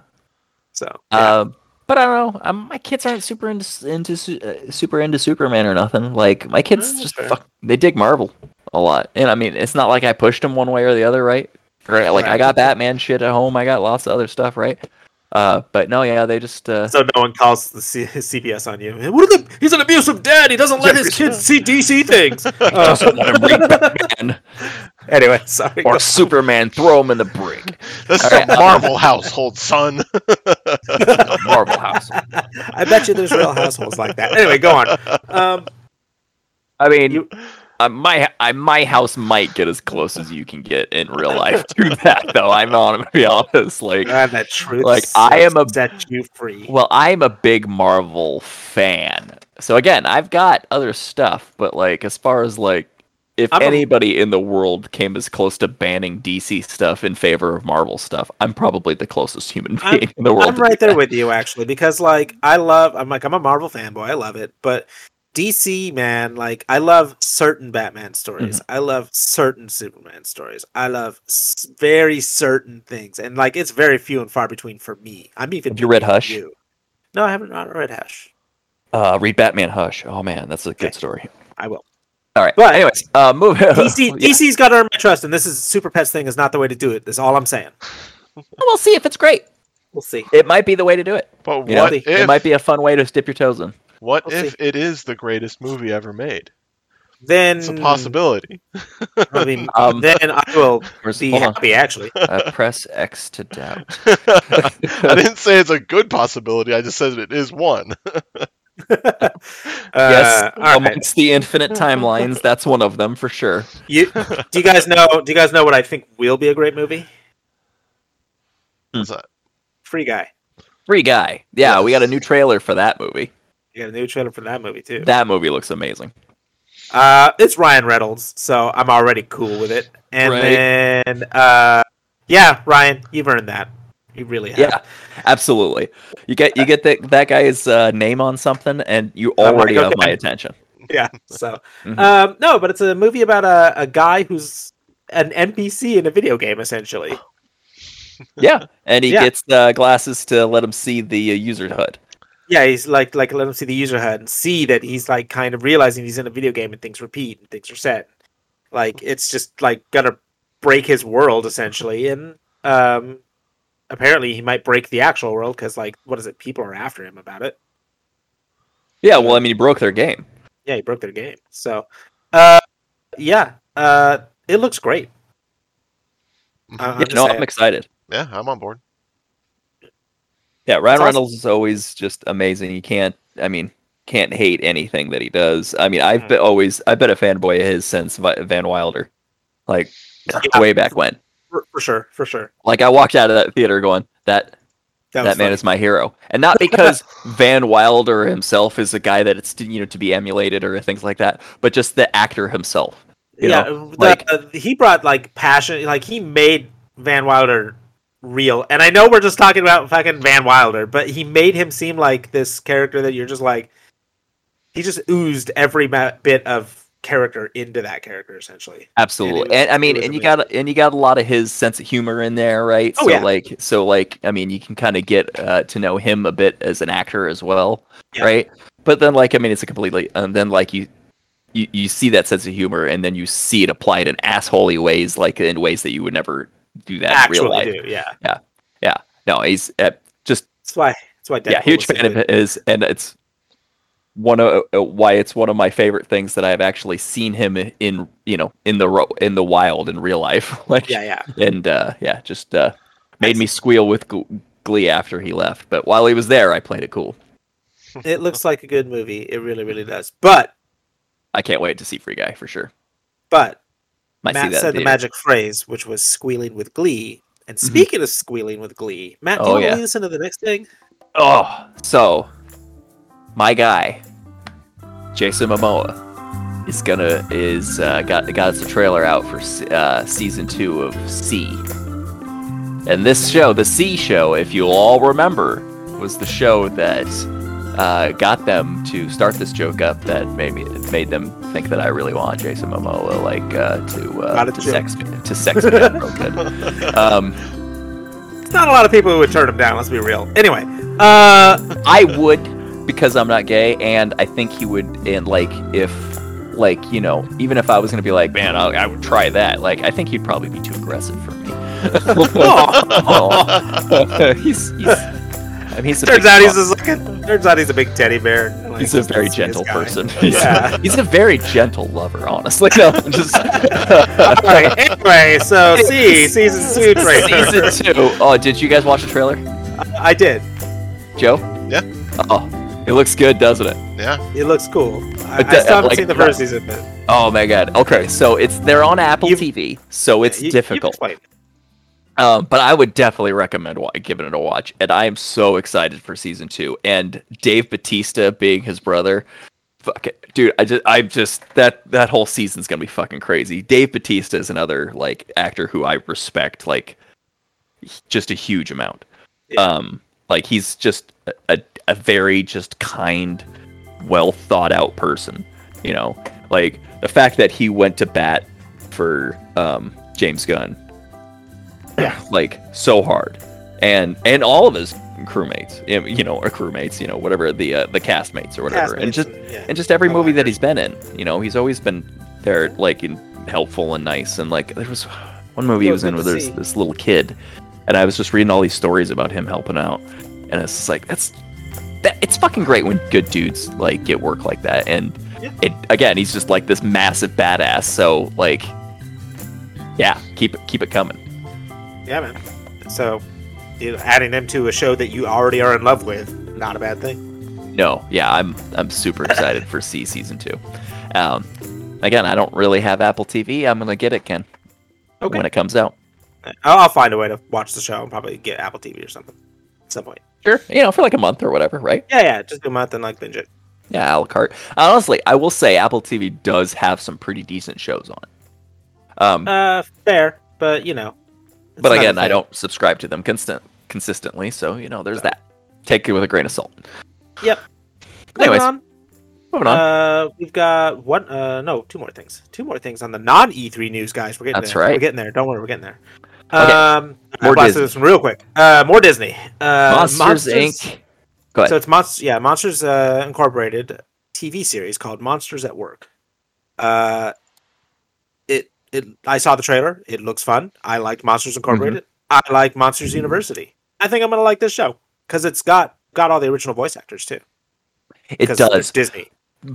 S2: so yeah.
S1: Um, but I don't know. Um, my kids aren't super into s- into su- uh, super into Superman or nothing. Like my kids
S2: Oh,
S1: just
S2: okay.
S1: fuck, they dig Marvel a lot. And I mean, it's not like I pushed them one way or the other, right? Right. Like I
S2: Right.
S1: got Batman shit at home. I got lots of other stuff, right? Uh, but no, yeah, they just uh, [LAUGHS]
S2: So no one calls the C- CBS on you. What are the, he's an abusive dad. He doesn't let his kids see DC things.
S1: doesn't let him
S2: [LAUGHS]
S1: read Batman
S2: uh, anyway, sorry.
S4: or Superman, throw him in the brick.
S3: That's the
S4: Alright.
S1: uh,
S3: Marvel household, son. [LAUGHS]
S4: Marble House.
S2: I bet you there's real households like that. Anyway, go on. Um,
S1: I mean,
S2: You-
S1: uh, my I, my house might get as close as you can get in real life to that, though. I'm on to be honest. [LAUGHS] Like,
S2: God, that truth.
S1: Like, I am a-
S2: set you free.
S1: well, I'm a big Marvel fan, so again, I've got other stuff, but like, as far as like, if
S2: I'm a-
S1: anybody in the world came as close to banning DC stuff in favor of Marvel stuff, I'm probably the closest human
S2: I'm-
S1: being in the world.
S2: I'm
S1: to
S2: right
S1: do [LAUGHS]
S2: there
S1: that.
S2: with you actually because like I love I'm like I'm a Marvel fanboy. I love it, but DC man, like I love certain Batman stories.
S1: Mm-hmm.
S2: I love certain Superman stories. I love s- very certain things, and like it's very few and far between for me. I'm even.
S1: Have you read
S2: picking on
S1: Hush?
S2: you. No, I haven't not read Hush.
S1: Uh, read Batman Hush. Oh man, that's a
S2: Okay.
S1: good story. [LAUGHS]
S2: I will.
S1: All right.
S2: But-
S1: But anyways, uh, move. [LAUGHS]
S2: DC
S1: Yeah.
S2: DC's got to earn my trust, and this is Super Pets thing is not the way to do it. That's all I'm saying.
S1: We'll see if it's great.
S2: We'll see.
S1: It might be the way to do it.
S3: But what
S1: You know,
S3: if
S1: it might be a fun way to dip your toes in.
S3: what
S2: We'll
S3: if
S2: see.
S3: it is the greatest movie ever made?
S2: Then
S3: It's a possibility.
S2: I mean,
S1: [LAUGHS] Um,
S2: then I will
S1: Where's-
S2: be
S1: hold on.
S2: happy. Actually,
S1: Uh, press X to
S2: [LAUGHS]
S1: doubt. [LAUGHS]
S3: [LAUGHS] I didn't say it's a good possibility. I just said it is one.
S1: yes,
S2: Uh, all right.
S1: amongst the infinite timelines, that's one of them for sure.
S2: You, do you guys know? Do you guys know what I think will be a great movie?
S3: What's that?
S2: Free Guy.
S1: Free Guy. Yeah, we got a
S3: Yes.
S1: new trailer for that movie.
S2: You got a new trailer for that movie too.
S1: That movie looks amazing.
S2: Uh, it's Ryan Reynolds, so I'm already cool with it. And
S1: Right.
S2: then, uh, yeah, Ryan, you've earned that. You really have.
S1: Yeah, absolutely. You get you get that that guy's uh, name on something, and you
S2: I'm like,
S1: already have
S2: okay.
S1: my attention.
S2: Yeah,
S1: [LAUGHS]
S2: So,
S1: Mhm.
S2: um, no, but it's a movie about a, a guy who's an NPC in a video game, essentially.
S1: Yeah, and he
S2: [LAUGHS] Yeah.
S1: gets uh, glasses to let him see the uh, user HUD.
S2: Yeah, he's like like let him see the user HUD and see that he's like kind of realizing he's in a video game and things repeat and things are set. Like it's just like gonna break his world essentially, and um, apparently he might break the actual world because like what is it? People are after him about it.
S1: Yeah, well, I mean, he broke their game.
S2: Yeah, he broke their game. So, uh, yeah, uh, it looks great. I- I'm
S1: Mm-hmm. Yeah,
S2: just
S1: no,
S2: saying.
S1: I'm excited.
S3: Yeah, I'm on board.
S1: Yeah, Ryan
S2: It's awesome.
S1: Reynolds is always just amazing. You can't, I mean, can't hate anything that he does. I mean,
S2: Mm-hmm.
S1: I've been always, I've been a fanboy of his since Vi- Van Wilder, like [LAUGHS]
S2: Yeah.
S1: way back when.
S2: for, for sure, for sure.
S1: Like I walked out of that theater going, that
S2: That,
S1: that,
S2: was
S1: man
S2: fun.
S1: is my hero, and not
S2: [LAUGHS]
S1: because Van Wilder himself is a guy that it's you know to be emulated or things like that, but just the actor himself. you
S2: yeah,
S1: know,
S2: the-
S1: like-
S2: uh, he brought like passion. Like he made Van Wilder real. And I know we're just talking about fucking Van Wilder, but he made him seem like this character that you're just like. He just oozed every ma- bit of character into that character, essentially.
S1: Absolutely,
S2: And it was-
S1: and I mean,
S2: it was
S1: and you got and you got a lot of his sense of humor in there, right?
S2: Oh,
S1: so
S2: yeah.
S1: like, so like, I mean, you can kind of get uh, to know him a bit as an actor as well,
S2: Yeah.
S1: right? But then, like, I mean, it's a completely and then like you, you you see that sense of humor, and then you see it applied in assholey ways, like in ways that you would never do that in real
S2: Actually,
S1: life.
S2: do yeah.
S1: No, he's uh, just
S2: That's why. That's why. Deadpool
S1: yeah, huge
S2: was so
S1: fan of
S2: good.
S1: his, and it's one of uh, why it's one of my favorite things that I've actually seen him in you know in the ro- in the wild in real life, [LAUGHS] like
S2: Yeah, yeah.
S1: and uh, yeah, just uh, made me squeal with gl- glee after he left. But while he was there, I played it cool.
S2: It looks like a good movie. It really, really does. But,
S1: I can't wait to see Free Guy for sure.
S2: but
S1: Might see
S2: Matt
S1: that.
S2: said the
S1: later.
S2: magic phrase, which was squealing with glee. And speaking of squealing with glee, Matt, do
S1: Mm-hmm.
S2: you
S1: Oh,
S2: want to
S1: yeah.
S2: lead us into the next thing?
S1: Oh, so my guy, Jason Momoa, is gonna is uh, got got us a trailer out for se- uh, season two of C. And this show, the C show, if you'll all remember, was the show that uh, got them to start this joke up that made me made them think that I really want Jason Momoa like uh, to uh,
S2: Not a
S1: to
S2: joke.
S1: sex me- to sex me up real
S2: [LAUGHS]
S1: good. Um,
S2: It's not a lot of people who would turn him down. Let's be real. Anyway, uh,
S1: I would because I'm not gay, and I think he would. And like, if like you know, even if I was gonna be like, man, I, I would try that. Like, I think he'd
S2: [LAUGHS]
S1: probably be too aggressive for me.
S2: aw,
S1: Aw. [LAUGHS] he's, he's I mean, he's a
S2: Turns
S1: big
S2: out he's
S1: fuck.
S2: just like a, turns out he's a big teddy bear. Like,
S1: He's a very
S2: this- this
S1: gentle
S2: guy.
S1: person.
S2: [LAUGHS]
S1: [LAUGHS]
S2: Yeah.
S1: he's a very gentle lover, honestly. No, I'm just [LAUGHS]
S2: All right. Anyway, so [LAUGHS] see season two trailer.
S1: season two. Oh, did you guys watch the trailer,
S2: I did.
S1: Joe?
S3: Yeah.
S1: Oh, it looks good, doesn't it?
S3: Yeah.
S2: It looks cool. I,
S1: But
S2: I
S1: the-
S2: still haven't
S1: like,
S2: seen the first season, but
S1: Oh my god. Okay, so it's they're on Apple
S2: You've-
S1: TV, so it's
S2: You- you
S1: difficult.
S2: explain.
S1: Um, but I would definitely recommend wa- giving it a watch, and I am so excited for season two. And Dave Batista being his brother, fuck it, dude. I just, I just that that whole season's gonna be fucking crazy. Dave Batista is another like actor who I respect like h- just a huge amount.
S2: Yeah.
S1: Um, like he's just a, a, a very just kind, well thought out person. You know, like the fact that he went to bat for um James Gunn like so hard and and all of his crewmates you know- you know or crewmates you know whatever the uh, the castmates or whatever and
S2: Castmates
S1: just
S2: yeah.
S1: and just every
S2: All
S1: movie that he's been in you know he's always been there like and helpful and nice and like there was one movie he
S2: Yeah, it
S1: was
S2: was
S1: in where
S2: good to
S1: there's
S2: see.
S1: this little kid and i was just reading all these stories about him helping out and it's just like that's that it's fucking great when good dudes like get work like that and
S2: Yeah.
S1: it again he's just like this massive badass so like yeah keep it keep it coming
S2: yeah, man. So you know, adding them to a show that you already are in love with, not a bad thing.
S1: No, yeah, I'm I'm super excited for C season two. Um, again, I don't really have Apple TV. I'm gonna get it, Ken,
S2: Okay,
S1: when it comes out.
S2: I'll, I'll find a way to watch the show and probably get Apple TV or something at some point.
S1: Sure. You know, for like a month or whatever, right?
S2: Yeah, yeah, just do a month and like binge it.
S1: Yeah, a la carte. Honestly, I will say Apple TV does have some pretty decent shows on it. Um,
S2: Uh, fair, but you know. it's
S1: but
S2: not
S1: again,
S2: a
S1: I
S2: thing.
S1: don't subscribe to them consistent consistently, so you know, there's that. Take it with a grain of salt.
S2: Yep.
S1: Anyways,
S2: Moving on.
S1: moving on.
S2: Uh, we've got one. Uh, no, two more things. Two more things on the non E3 news, guys. We're getting
S1: That's
S2: there.
S1: right.
S2: We're getting there. Don't worry, we're getting there.
S1: Okay.
S2: Um, I
S1: More
S2: blasted
S1: Disney.
S2: this one real quick. Uh, more Disney. Uh,
S1: Monsters, Inc. Go ahead.
S2: So it's monsters. Yeah, Monsters uh, Incorporated TV series called Monsters at Work. Uh, it it. I saw the trailer. It looks fun. I liked Monsters Incorporated.
S1: Mm-hmm.
S2: I like Monsters University. I think I'm gonna like this show because it's got got all the original voice actors too.
S1: it
S2: 'cause it's
S1: does.
S2: Disney.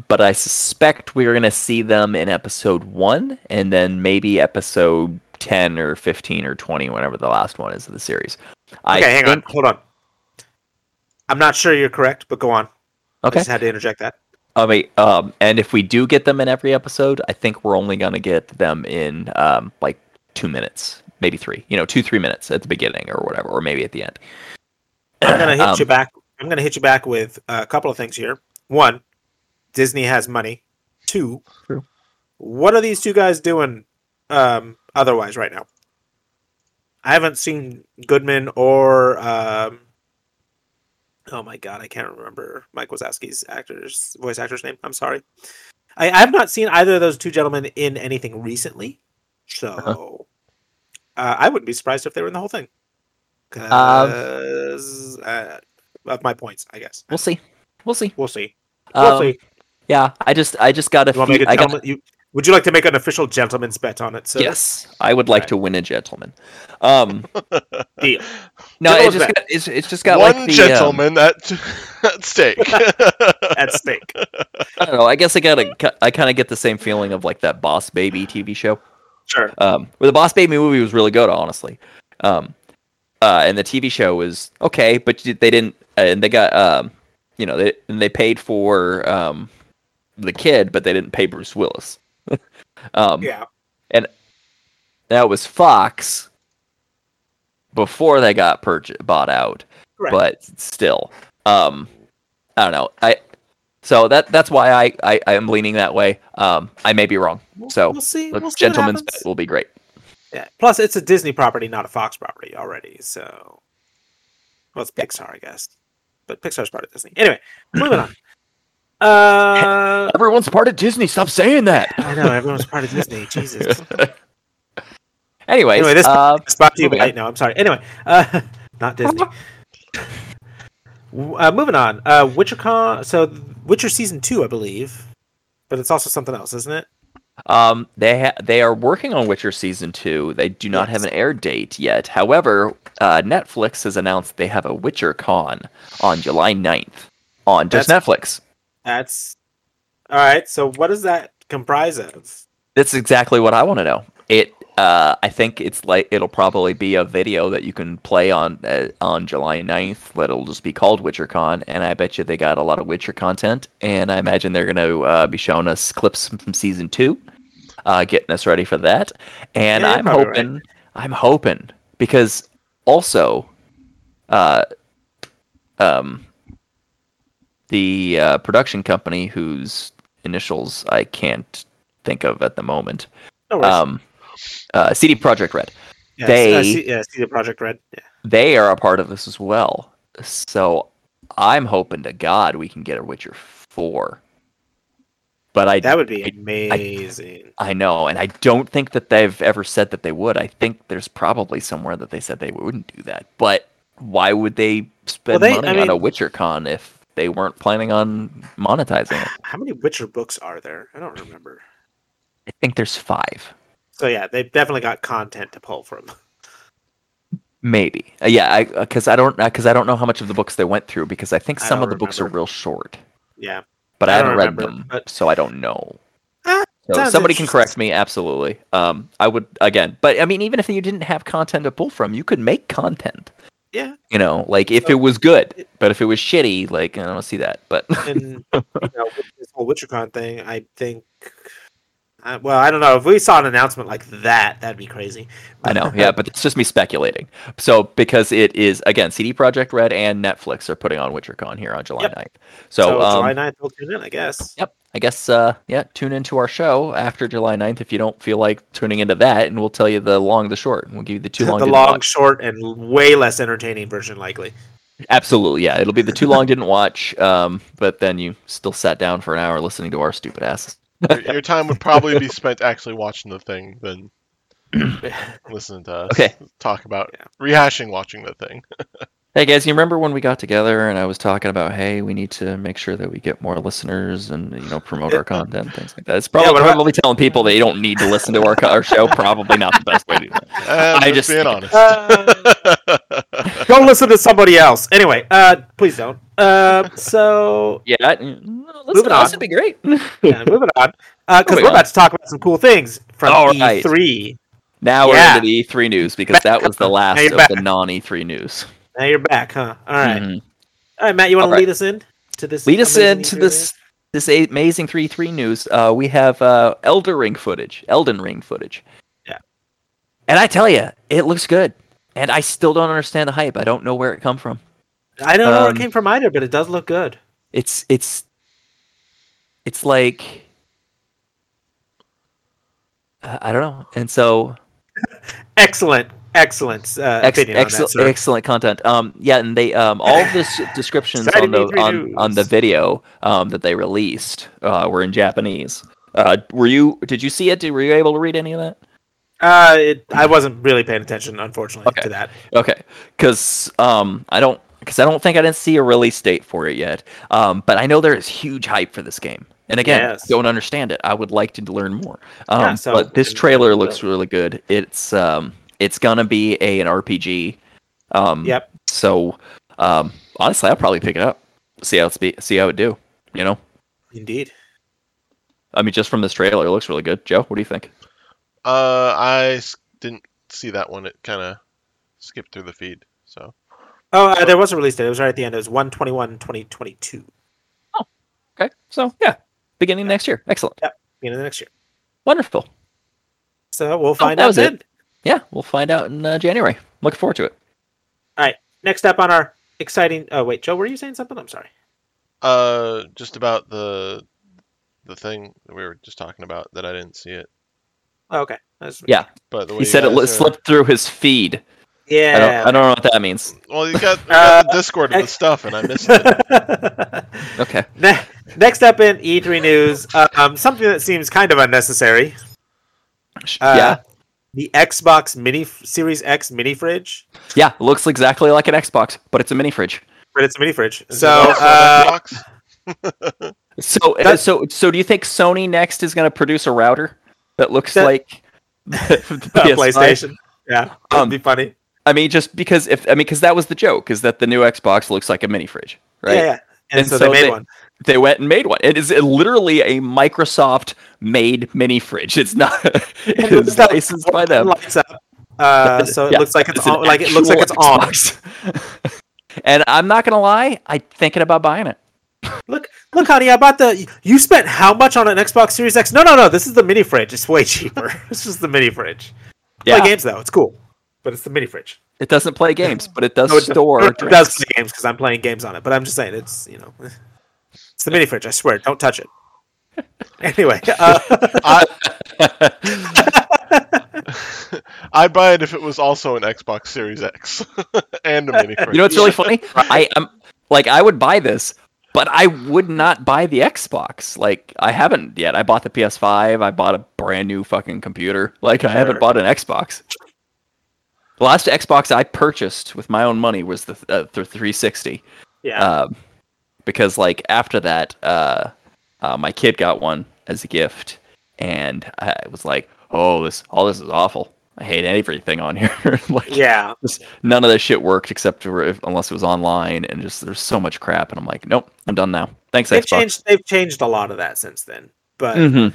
S1: but I suspect we're going to see them in episode one and then maybe episode 10 or 15 or 20, whenever the last one is of the series. I
S2: Okay, hang
S1: think,
S2: on. Hold on. I'm not sure you're correct, but go on. I
S1: Okay.
S2: just had to interject that.
S1: I mean, um, and if we do get them in every episode, I think we're only going to get them in um, like two minutes, maybe three, you know, two, three minutes at the beginning or whatever, or maybe at the end.
S2: I'm gonna hit
S1: Um,
S2: you back. I'm gonna hit you back with a couple of things here. One, Disney has money. Two,
S1: True.
S2: what are these two guys doing um, otherwise right now? I haven't seen Goodman or um, oh my god, I can't remember Mike Wazowski's actor's voice actor's name. I'm sorry. I, I have not seen either of those two gentlemen in anything recently, so
S1: Uh-huh.
S2: uh, I wouldn't be surprised if they were in the whole thing.
S1: Um,
S2: 'Cause, uh, of my points, I guess.
S1: We'll see. We'll see.
S2: We'll see. We'll
S1: Um,
S2: see.
S1: yeah, I just, I just got a
S2: You want to
S1: few.
S2: make a
S1: I got,
S2: gentleman- you- would you like to make an official gentleman's bet on it?
S1: [LAUGHS]
S2: So
S1: yes, I would like
S2: Alright.
S1: to win a gentleman.
S2: [LAUGHS]
S1: Um,
S2: Deal.
S1: no,
S2: Gentleman's
S1: it just
S2: bet.
S1: got, it's, it's just got
S3: One
S1: like the um,
S3: gentleman at, [LAUGHS] at stake.
S1: [LAUGHS]
S2: At stake.
S1: I don't know. I guess I gotta. I kind of get the same feeling of like that Boss Baby TV show.
S2: Sure.
S1: Um, where the Boss Baby movie was really good, honestly. Um, uh, and the TV show was okay, but you- they didn't. uh, And they got um, you know, they and they paid for um, the kid, but they didn't pay Bruce Willis. [LAUGHS] um,
S2: Yeah.
S1: that was Fox before they got purch- bought out.
S2: Correct.
S1: But still, um, I don't know. I so that that's why I I I am leaning that way. Um, I may be wrong. So
S2: we'll see.
S1: the
S2: We'll see what
S1: gentleman's
S2: happens.
S1: bet will be great.
S2: Yeah. Plus, it's a Disney property, not a Fox property already. So, well, it's Pixar, I guess, but Pixar's part of Disney. Anyway, moving
S1: [CLEARS THROAT]
S2: on. Uh,
S1: Everyone's part of Disney. Stop saying that.
S2: I know everyone's part
S1: [LAUGHS]
S2: of Disney. Jesus.
S1: Anyways,
S2: Anyway, this- [LAUGHS]
S1: uh,
S2: It's brought to you by
S1: Moving on.
S2: Light now. I'm sorry. Anyway, uh, [LAUGHS] not Disney. W- uh, moving on. Uh, WitcherCon. So Witcher season two, I believe, but it's also something else, isn't it?
S1: Um, they ha- they are working on Witcher season two. They do not have an air date yet. However, uh, Netflix has announced they have a Witcher con on July 9th on just
S2: That's-
S1: Netflix.
S2: That's all right. So what does that comprise of?
S1: That's exactly what I want to know. It uh, I think it's like it'll probably be a video that you can play on uh, on July 9th that'll just be called WitcherCon, and I bet you they got a lot of Witcher content, and I imagine they're gonna uh, be showing us clips from season two, uh, getting us ready for that, and
S2: Yeah, you're
S1: I'm
S2: probably
S1: hoping I'm hoping because also, uh, um, the uh, production company whose initials I can't think of at the moment.
S2: No worries.
S1: Um, uh, CD Project Red.
S2: yeah,
S1: they-
S2: see, yeah, see the Project Red. Yeah.
S1: They are a part of this as well. So I'm hoping to God we can get a Witcher four. But I
S2: That would be
S1: I-
S2: amazing.
S1: I know, and I don't think that they've ever said that they would. I think there's probably somewhere that they said they wouldn't do that. But why would they spend
S2: they-
S1: money
S2: I
S1: on a
S2: mean-
S1: Witcher con if they weren't planning on monetizing it?
S2: How many Witcher books are there? I don't remember.
S1: I think there's five,
S2: So yeah, they've definitely got content to pull from. [LAUGHS]
S1: maybe. Uh, yeah, because I, don't because I don't know how much of the books they went through because I think
S2: I
S1: some of
S2: don't
S1: the books are
S2: remember.
S1: real short,
S2: Yeah.
S1: but I,
S2: I don't
S1: haven't read
S2: remember,
S1: them,
S2: but-
S1: so I don't know.
S2: Ah,
S1: So
S2: sounds
S1: somebody can
S2: interesting.
S1: correct me, absolutely. Um, I would again, but I mean, even if you didn't have content to pull from, you could make content.
S2: Yeah.
S1: you know like if it was good but if it was shitty like i don't see that but [LAUGHS]
S2: And you know, with this whole WitcherCon thing, I think. I, well, I don't know. If we saw an announcement like that, that'd be crazy.
S1: i know yeah but it's just me speculating so because it is again cd project red and netflix are putting on witchercon here on july
S2: Yep.
S1: 9th so, um,
S2: July 9th, we'll tune in, I guess.
S1: yep i guess uh yeah tune into our show after july 9th if you don't feel like tuning into that and we'll tell you the long the short and we'll give you the too long
S2: [LAUGHS] the
S1: didn't
S2: long,
S1: watch.
S2: short, and way less entertaining
S1: [LAUGHS]
S2: version, likely.
S1: absolutely yeah it'll be the too long didn't watch um but then you still sat down for an hour listening to our stupid asses
S3: Your, your time would probably be spent actually watching the thing than listening to us
S1: Okay.
S3: talk about
S2: Yeah.
S3: rehashing watching the thing.
S1: Hey guys, you remember when we got together and I was talking about, hey, we need to make sure that we get more listeners and you know promote our content, things like that. It's
S2: Yeah,
S1: probably
S2: what about-
S1: probably telling people they don't need to listen to our, co- our show. Probably not the best way to do
S2: [LAUGHS]
S1: it.
S3: Uh,
S1: I
S3: I
S1: just-
S3: just being honest.
S2: Uh,
S1: [LAUGHS]
S2: go listen to somebody else. Anyway, uh, please don't. Uh, so
S1: Yeah, that- mm, listen,
S2: Moving on.
S1: this would be great.
S2: [LAUGHS] yeah, moving on, because
S1: Moving
S2: Uh, we're
S1: on.
S2: about to talk about some cool things from E
S1: All right.
S2: E3.
S1: now
S2: Yeah.
S1: we're into the E3 news because that was the last
S2: Hey,
S1: of
S2: back.
S1: the non-E3 news.
S2: Now you're back, huh? All right.
S1: Mhm.
S2: All right, Matt, you want
S1: All
S2: to
S1: right.
S2: lead us in to this?
S1: Lead us
S2: amazing
S1: into
S2: E3
S1: this this a- amazing 3-3 news. Uh, we have uh, Elder Ring footage, Elden Ring footage.
S2: Yeah.
S1: And I tell you, it looks good. And I still don't understand the hype. I don't know where it come from.
S2: news? I don't know where
S1: um,
S2: it came from either, but it does look good.
S1: it's it's it's like I I don't know, and so
S2: Excellent, excellent uh,
S1: ex-
S2: opinion on that,
S1: excellent,
S2: sir.
S1: excellent content. Um, yeah, and they um all the
S2: [LAUGHS]
S1: s- descriptions on
S2: Exciting
S1: the
S2: E3
S1: on, on the
S2: news.
S1: video um that they released uh were in Japanese. Uh, were you did you see it? Did, were you able to read any of that?
S2: Uh, it, I wasn't really paying attention, unfortunately,
S1: Okay.
S2: to that.
S1: Okay, because um, I don't because I don't think I didn't see a release date for it yet. Um, but I know there is huge hype for this game, and again,
S2: Yes.
S1: don't understand it. I would like to learn more. Um,
S2: Yeah, so uh,
S1: but
S2: we
S1: this
S2: can-
S1: trailer looks really good. It's um, it's gonna be a an RPG. Um,
S2: Yep.
S1: So um, honestly, I'll probably pick it up. See how it's be see how it do. You know,
S2: Indeed.
S1: I mean, just from this trailer, it looks really good. Joe, what do you think?
S3: Uh, I s- didn't see that one. It kind of skipped through the feed. So
S2: Oh, uh, there was a release date. It was right at the end. It was 121 2022.
S1: Okay, so yeah, beginning next year. Excellent,
S2: Beginning of the next year.
S1: wonderful.
S2: So we'll find
S1: Oh, that
S2: out
S1: was it.
S2: then.
S1: Yeah, we'll find out in uh, January. Looking forward to it.
S2: next up on our exciting oh wait joe were you saying something i'm sorry
S3: Uh, just about the the thing that we were just talking about that I didn't see it.
S2: oh, okay That's-
S1: Yeah.
S3: But the way
S1: He
S3: you
S1: said it
S3: guys
S1: li-
S3: are-
S1: slipped through his feed. I don't,
S2: yeah
S1: I don't know what that means.
S3: Well, you got, you got the Discord with
S2: Uh,
S3: the stuff, and
S1: [LAUGHS]
S3: I missed it.
S2: [LAUGHS]
S1: Okay.
S2: Ne- next up in e3 news uh, um, something that seems kind of unnecessary
S1: Sh-
S2: uh,
S1: yeah.
S2: the xbox mini series x mini fridge
S1: Yeah. Looks exactly like an Xbox, but it's a mini fridge.
S2: but it's a mini fridge
S3: Is
S2: so
S3: it also on
S2: uh, [LAUGHS]
S3: Xbox?
S1: So, uh,
S2: That-
S1: so, so, do you think Sony next is going to produce a router? that looks
S2: That- [LAUGHS]
S1: like the
S2: Uh,
S1: PS5.
S2: PlayStation. Yeah, that'd
S1: Um,
S2: be funny.
S1: I mean, just because if I mean, because that was the joke is that the new Xbox looks like a mini fridge, right?
S2: Yeah, yeah. And,
S1: And
S2: so,
S1: so
S2: they made
S1: they-
S2: one.
S1: They went and made one. It is literally a Microsoft made mini fridge. It's not. [LAUGHS] It is
S2: That-
S1: licensed by them.
S2: Lights up. Uh, so it
S1: Yeah,
S2: looks like it's,
S1: It's an
S2: on, like it looks like
S1: actual
S2: it's on.
S1: Xbox. and I'm not gonna lie, I'm thinking about buying it.
S2: [LAUGHS] Look, look, honey, I bought the. You spent how much on an Xbox Series X? No, no, no. This is the mini fridge. It's way [LAUGHS] cheaper. this is the mini fridge.
S1: Yeah,
S2: Play games though. It's cool, but it's the mini fridge.
S1: it doesn't play games, but it does
S2: No, it doesn't.
S1: store.
S2: No, it
S1: drinks.
S2: does play games because I'm playing games on it. But I'm just saying it's you know, it's the mini fridge. I swear, don't touch it. [LAUGHS] Anyway, uh,
S3: I'd buy it if it was also an Xbox Series X [LAUGHS] and
S1: [LAUGHS]
S3: a mini fridge.
S1: You know what's really
S2: [LAUGHS]
S1: funny? I am like I would buy this, but I would not buy the Xbox. Like I haven't yet. I bought the PS5. I bought a brand new fucking computer. Like I haven't
S2: Sure.
S1: bought an Xbox. The last Xbox I purchased with my own money was the uh, the 360.
S2: yeah,
S1: Um, because like after that, uh, uh, my kid got one as a gift, and I was like, "Oh, this all this is awful. I hate everything on here." [LAUGHS] like,
S2: yeah.
S1: just none of that shit worked except for if, unless it was online and just there's so much crap and I'm like, nope, I'm done now. Thanks,
S2: They've
S1: Xbox.
S2: changed. They've changed a lot of that since then. But
S1: Mhm.
S2: um,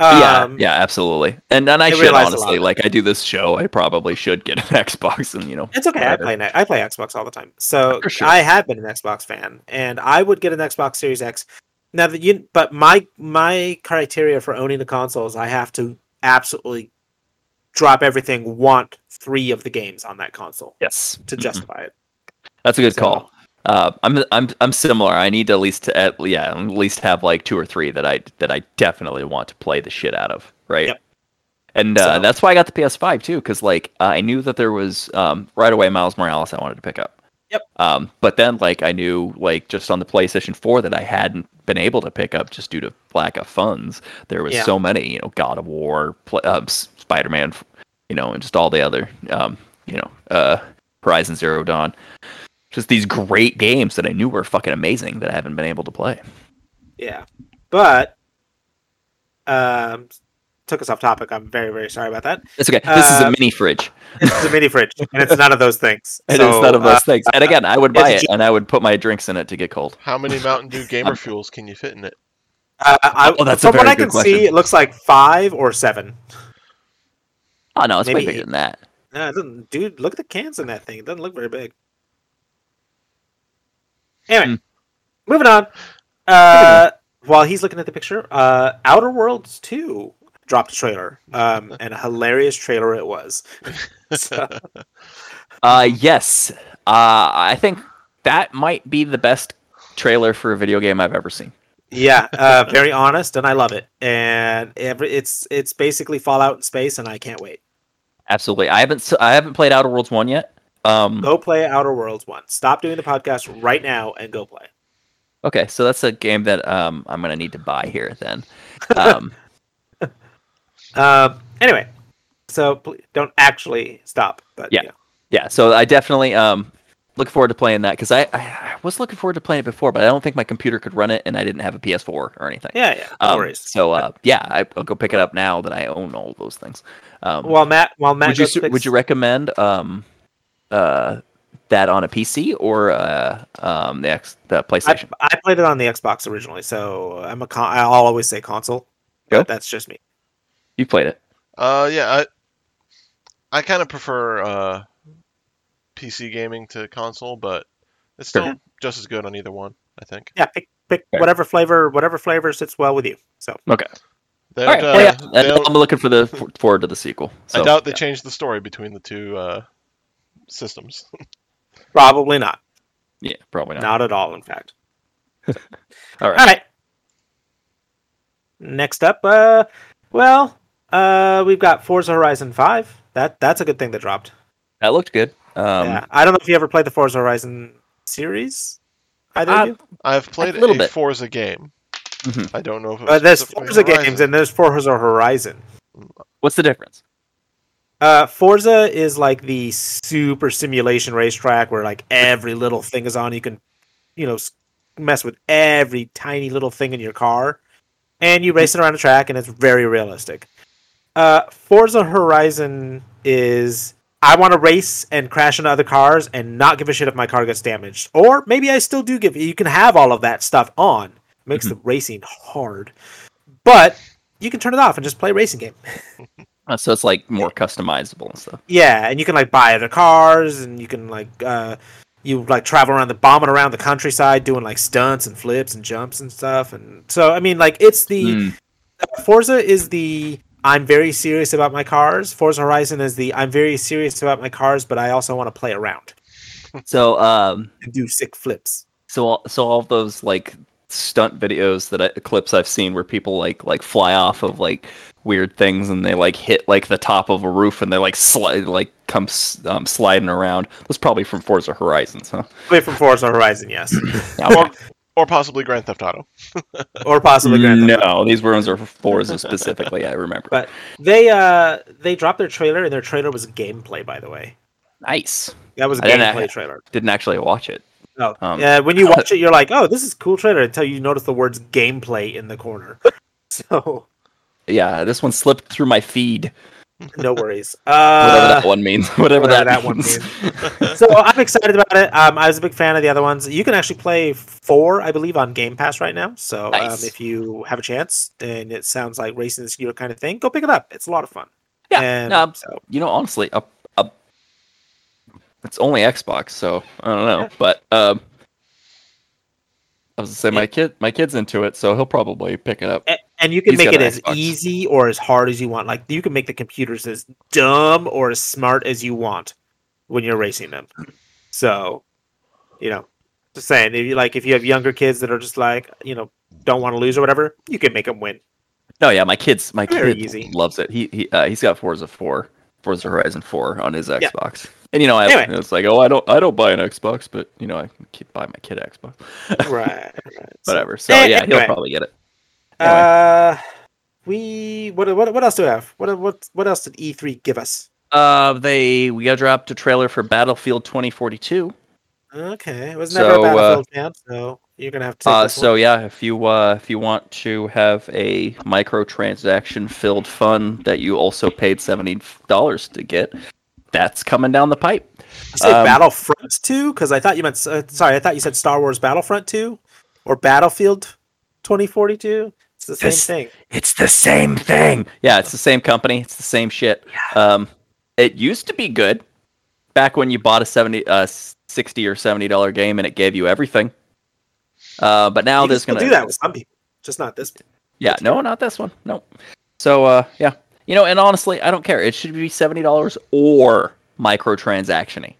S1: yeah, yeah, absolutely. And and I
S2: I
S1: should
S2: realize a lot
S1: honestly,
S2: of
S1: like, I do this show, I probably should get an [LAUGHS] Xbox and you know.
S2: It's okay. I
S1: whatever.
S2: play ne- I play Xbox all the time, so
S1: Oh, For sure.
S2: I have been an Xbox fan, and I would get an Xbox Series X. Now that you, but my my criteria for owning the consoles, I have to absolutely drop everything, want three of the games on that console
S1: Yes,
S2: to
S1: Mhm.
S2: justify it.
S1: That's a good
S2: So-
S1: call. Uh, I'm I'm I'm similar. I need to at least at yeah at least have like two or three that I that I definitely want to play the shit out of, right?
S2: Yep.
S1: And uh,
S2: So-
S1: that's why I got the PS5 too, because like uh, I knew that there was um, right away Miles Morales I wanted to pick up.
S2: Yep.
S1: Um, but then like I knew like just on the PlayStation 4 that I hadn't been able to pick up just due to lack of funds. There was
S2: Yeah.
S1: so many, you know, God of War, pl- uh, S- Spider-Man, you know, and just all the other, um, you know, uh, Horizon Zero Dawn just these great games that I knew were fucking amazing that I haven't been able to play.
S2: Yeah, but um, took us off topic. I'm very very sorry about that.
S1: It's okay. This is a
S2: Um,
S1: mini fridge,
S2: It's a mini fridge, and it's none of those
S1: [LAUGHS]
S2: things.
S1: and
S2: So,
S1: it's none of those
S2: uh,
S1: things. And again, I would buy
S2: it's
S1: it, and I would put my drinks in it to get cold.
S3: How many Mountain Dew
S1: [LAUGHS]
S3: Gamer Fuels can you fit in it?
S2: uh, I,
S1: Oh, that's a
S2: from what
S1: very
S2: I
S1: good
S2: can
S1: question.
S2: see, it looks like five or seven.
S1: Oh no, it's way
S2: Maybe
S1: bigger
S2: eight.
S1: than that.
S2: No, it doesn't, dude, look at the cans in that thing. It doesn't look very big. Anyway,
S1: Hmm.
S2: moving on. Uh, while he's looking at the picture, uh, Outer Worlds 2 dropped a trailer,
S1: [LAUGHS]
S2: um, and a hilarious trailer it was. [LAUGHS] So,
S1: Uh, yes, uh, I think that might be the best trailer for a video game I've ever seen.
S2: yeah, uh, very honest, and I love it. And every, it's it's basically Fallout in space, and I can't wait.
S1: Absolutely, I haven't s- I haven't played Outer Worlds one yet. Um,
S2: Go play Outer Worlds 1. Stop doing the podcast right now and go play.
S1: okay, so that's a game that um I'm gonna need to buy here then. Um,
S2: Um, anyway, so pl- don't actually stop, but
S1: Yeah.
S2: you know.
S1: yeah so i definitely um look forward to playing that because I, I I was looking forward to playing it before but i don't think my computer could run it and i didn't have a ps4 or anything
S2: yeah, yeah, no
S1: um,
S2: worries.
S1: so uh yeah I, i'll go pick it up now that i own all those things um
S2: While Matt, while Matt,
S1: would you
S2: goes
S1: su-
S2: fix-
S1: would you recommend um uh that on a pc or uh um the x the
S2: I,
S1: playstation
S2: I played it on the Xbox originally, so I'm a con- I'll always say console.
S1: Go.
S2: but That's just me.
S1: you played it
S3: Uh, yeah, I, I kind of prefer uh, PC gaming to console, but it's still
S1: Sure.
S3: just as good on either one. I think
S2: Yeah, pick pick
S1: Fair.
S2: whatever flavor, whatever flavor sits well with you. So
S3: they
S1: all right
S3: don't,
S1: well, yeah,
S3: uh, they
S1: and
S3: don't-
S1: i'm looking for the for- forward to the sequel so
S3: I doubt they
S2: yeah.
S3: changed the story between the two uh, systems.
S2: probably not,
S1: yeah probably not
S2: not at all. In
S1: [LAUGHS]
S2: fact,
S1: all right
S2: all right. Next up, uh, well, uh, we've got Forza Horizon Five. That that's a good thing that dropped.
S1: that looked good um
S2: yeah, I don't know if you ever played the Forza Horizon series. Either
S1: Uh,
S2: of you?
S3: I've played
S1: little
S3: a
S1: bit.
S3: Forza game.
S1: Mhm.
S3: I don't know if it was
S2: Uh, there's
S3: specifically
S2: Forza games
S3: Horizon.
S2: and there's Forza Horizon.
S1: what's the difference
S2: Uh, Forza is like the super simulation racetrack where like every little thing is on. You can, you know, s- mess with every tiny little thing in your car, and you race it around a track, and it's very realistic. Uh, Forza Horizon is I want to race and crash into other cars and not give a shit if my car gets damaged, or maybe I still do give. You can have all of that stuff on. It makes the racing hard, but you can turn it off and just play a racing game.
S1: Uh, so it's like more customizable and stuff.
S2: Yeah, and you can like buy other cars, and you can like uh, you like travel around the bombing around the countryside, doing like stunts and flips and jumps and stuff. And so I mean, like it's the uh,
S1: Mm.
S2: Forza is the I'm very serious about my cars. Forza Horizon is the I'm very serious about my cars, but I also want to play around
S1: So um,
S2: and do sick flips.
S1: so all- so all those like stunt videos that I, clips I've seen where people like like fly off of like weird things and they like hit like the top of a roof and they like slide like come s- um, sliding around. That's probably from Forza Horizons, huh?
S2: Away from Forza Horizon,
S1: [LAUGHS]
S2: yes,
S1: Yeah,
S3: Or, or possibly Grand Theft Auto.
S2: or possibly Grand Theft. Auto.
S1: no, these ones are for Forza specifically. I
S2: [LAUGHS]
S1: remember.
S2: But they uh they dropped their trailer, and their trailer was gameplay. By the way,
S1: nice.
S2: that was a
S1: I didn't
S2: gameplay
S1: know-
S2: trailer.
S1: Didn't actually watch it.
S2: Oh,
S1: Um,
S2: yeah. When
S1: [LAUGHS]
S2: you watch it, you're like, "Oh, this is a cool trailer." Until you notice the words "gameplay" in the corner. [LAUGHS] So
S1: Yeah, this one slipped through my feed.
S2: no worries.
S1: [LAUGHS] Whatever
S2: Uh,
S1: that one means. [LAUGHS] Whatever,
S2: whatever
S1: that,
S2: that one
S1: means.
S2: so I'm excited about it. Um, I was a big fan of the other ones. You can actually play four, I believe, on Game Pass right now. So
S1: Nice.
S2: um, if you have a chance and it sounds like racing is your kind of thing, go pick it up. It's a lot of fun.
S1: Yeah,
S2: And
S1: no,
S2: so
S1: you know, honestly, up, up, it's only Xbox, so I don't know.
S2: Yeah.
S1: But um, I was gonna say my kid, my kid's into it, so he'll probably pick it up.
S2: a- and you can
S1: He's
S2: make
S1: got
S2: it
S1: an
S2: as
S1: Xbox.
S2: easy or as hard as you want. Like you can make the computers as dumb or as smart as you want when you're racing them. So, you know, just saying, if you like, if you have younger kids that are just like, you know, don't want to lose or whatever, you can make
S1: [LAUGHS]
S2: them win.
S1: No, Oh, yeah, my kids, my
S2: Very
S1: kid
S2: easy.
S1: loves it. He he, uh, he's got Forza Four, Forza Horizon Four on his
S2: Yeah.
S1: Xbox. And you know, I,
S2: Anyway.
S1: it's like, oh, I don't, I don't buy an Xbox, but you know, I can keep- buy my kid Xbox,
S2: Right. right. So-
S1: whatever. So
S2: Eh,
S1: yeah,
S2: anyway.
S1: he'll probably get it. Anyway.
S2: Uh, we what what what else do we have? What what what else did E three give us?
S1: Uh, they we got dropped a trailer for Battlefield 2042.
S2: Okay, it was never
S1: So,
S2: a
S1: uh,
S2: battlefield fan, so you're gonna have to. Take
S1: Uh,
S2: this one.
S1: so yeah, if you uh, if you want to have a microtransaction filled fun that you also paid seventy dollars to get, that's coming down the pipe.
S2: Did you say
S1: um,
S2: Battlefront two because I thought you meant s- uh, sorry, I thought you said Star Wars Battlefront two or Battlefield twenty forty two. It's the same
S1: Yes.
S2: thing.
S1: It's the same thing. Yeah, it's the same company. It's the same shit. Um, it used to be good back when you bought a 70, uh, 60 or seventy dollar game and it gave you everything. Uh, but now
S2: you can
S1: there's
S2: still
S1: gonna
S2: do that with some people, just not this.
S1: Yeah,
S2: That's
S1: no, not this one. No. So uh yeah. You know, and honestly, I don't care. It should be seventy dollars or microtransaction-y.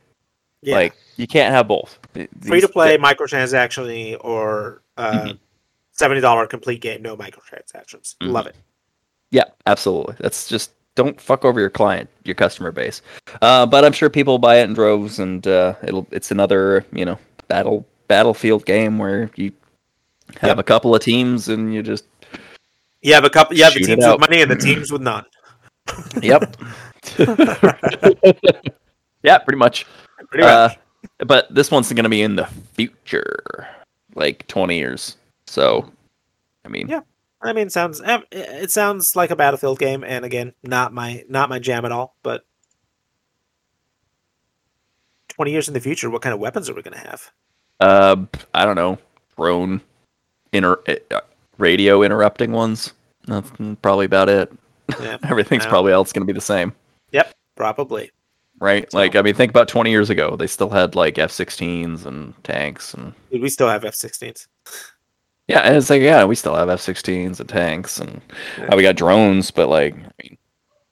S2: Yeah,
S1: Like you can't have both. Th-
S2: free to
S1: these- Mm-hmm.
S2: play, microtransaction or uh, seventy dollar complete game, no microtransactions.
S1: Mhm.
S2: Love it.
S1: Yeah, absolutely. That's just don't fuck over your client, your customer base. Uh, but I'm sure people buy it in droves, and uh, it'll it's another you know battle battlefield game where you have a couple of teams and you
S2: [LAUGHS]
S1: just
S2: You have a couple. You have the
S1: Shoot it
S2: teams with
S1: out.
S2: money
S1: [CLEARS THROAT]
S2: and the teams with none. [LAUGHS]
S1: yep, [LAUGHS] yeah, pretty much.
S2: Pretty much.
S1: Uh, but this one's going to be in the future, like 20 years. So, I mean,
S2: Yeah. I mean, sounds eh, it sounds like a battlefield game, and again, not my not my jam at all. But twenty years in the future, what kind of weapons are we going to have?
S1: uh, I don't know, drone inter- uh, radio interrupting ones. That's probably about it. [LAUGHS]
S2: Yeah,
S1: Everything's
S2: Yeah.
S1: probably else going to be the same,
S2: probably.
S1: right? Like, I mean, think about 20 years ago. They still had like F 16s and tanks and.
S2: Dude, We still have F-16s.
S1: Yeah, and it's like yeah, we still have F-16s and tanks, and uh, we got drones, but like, I mean,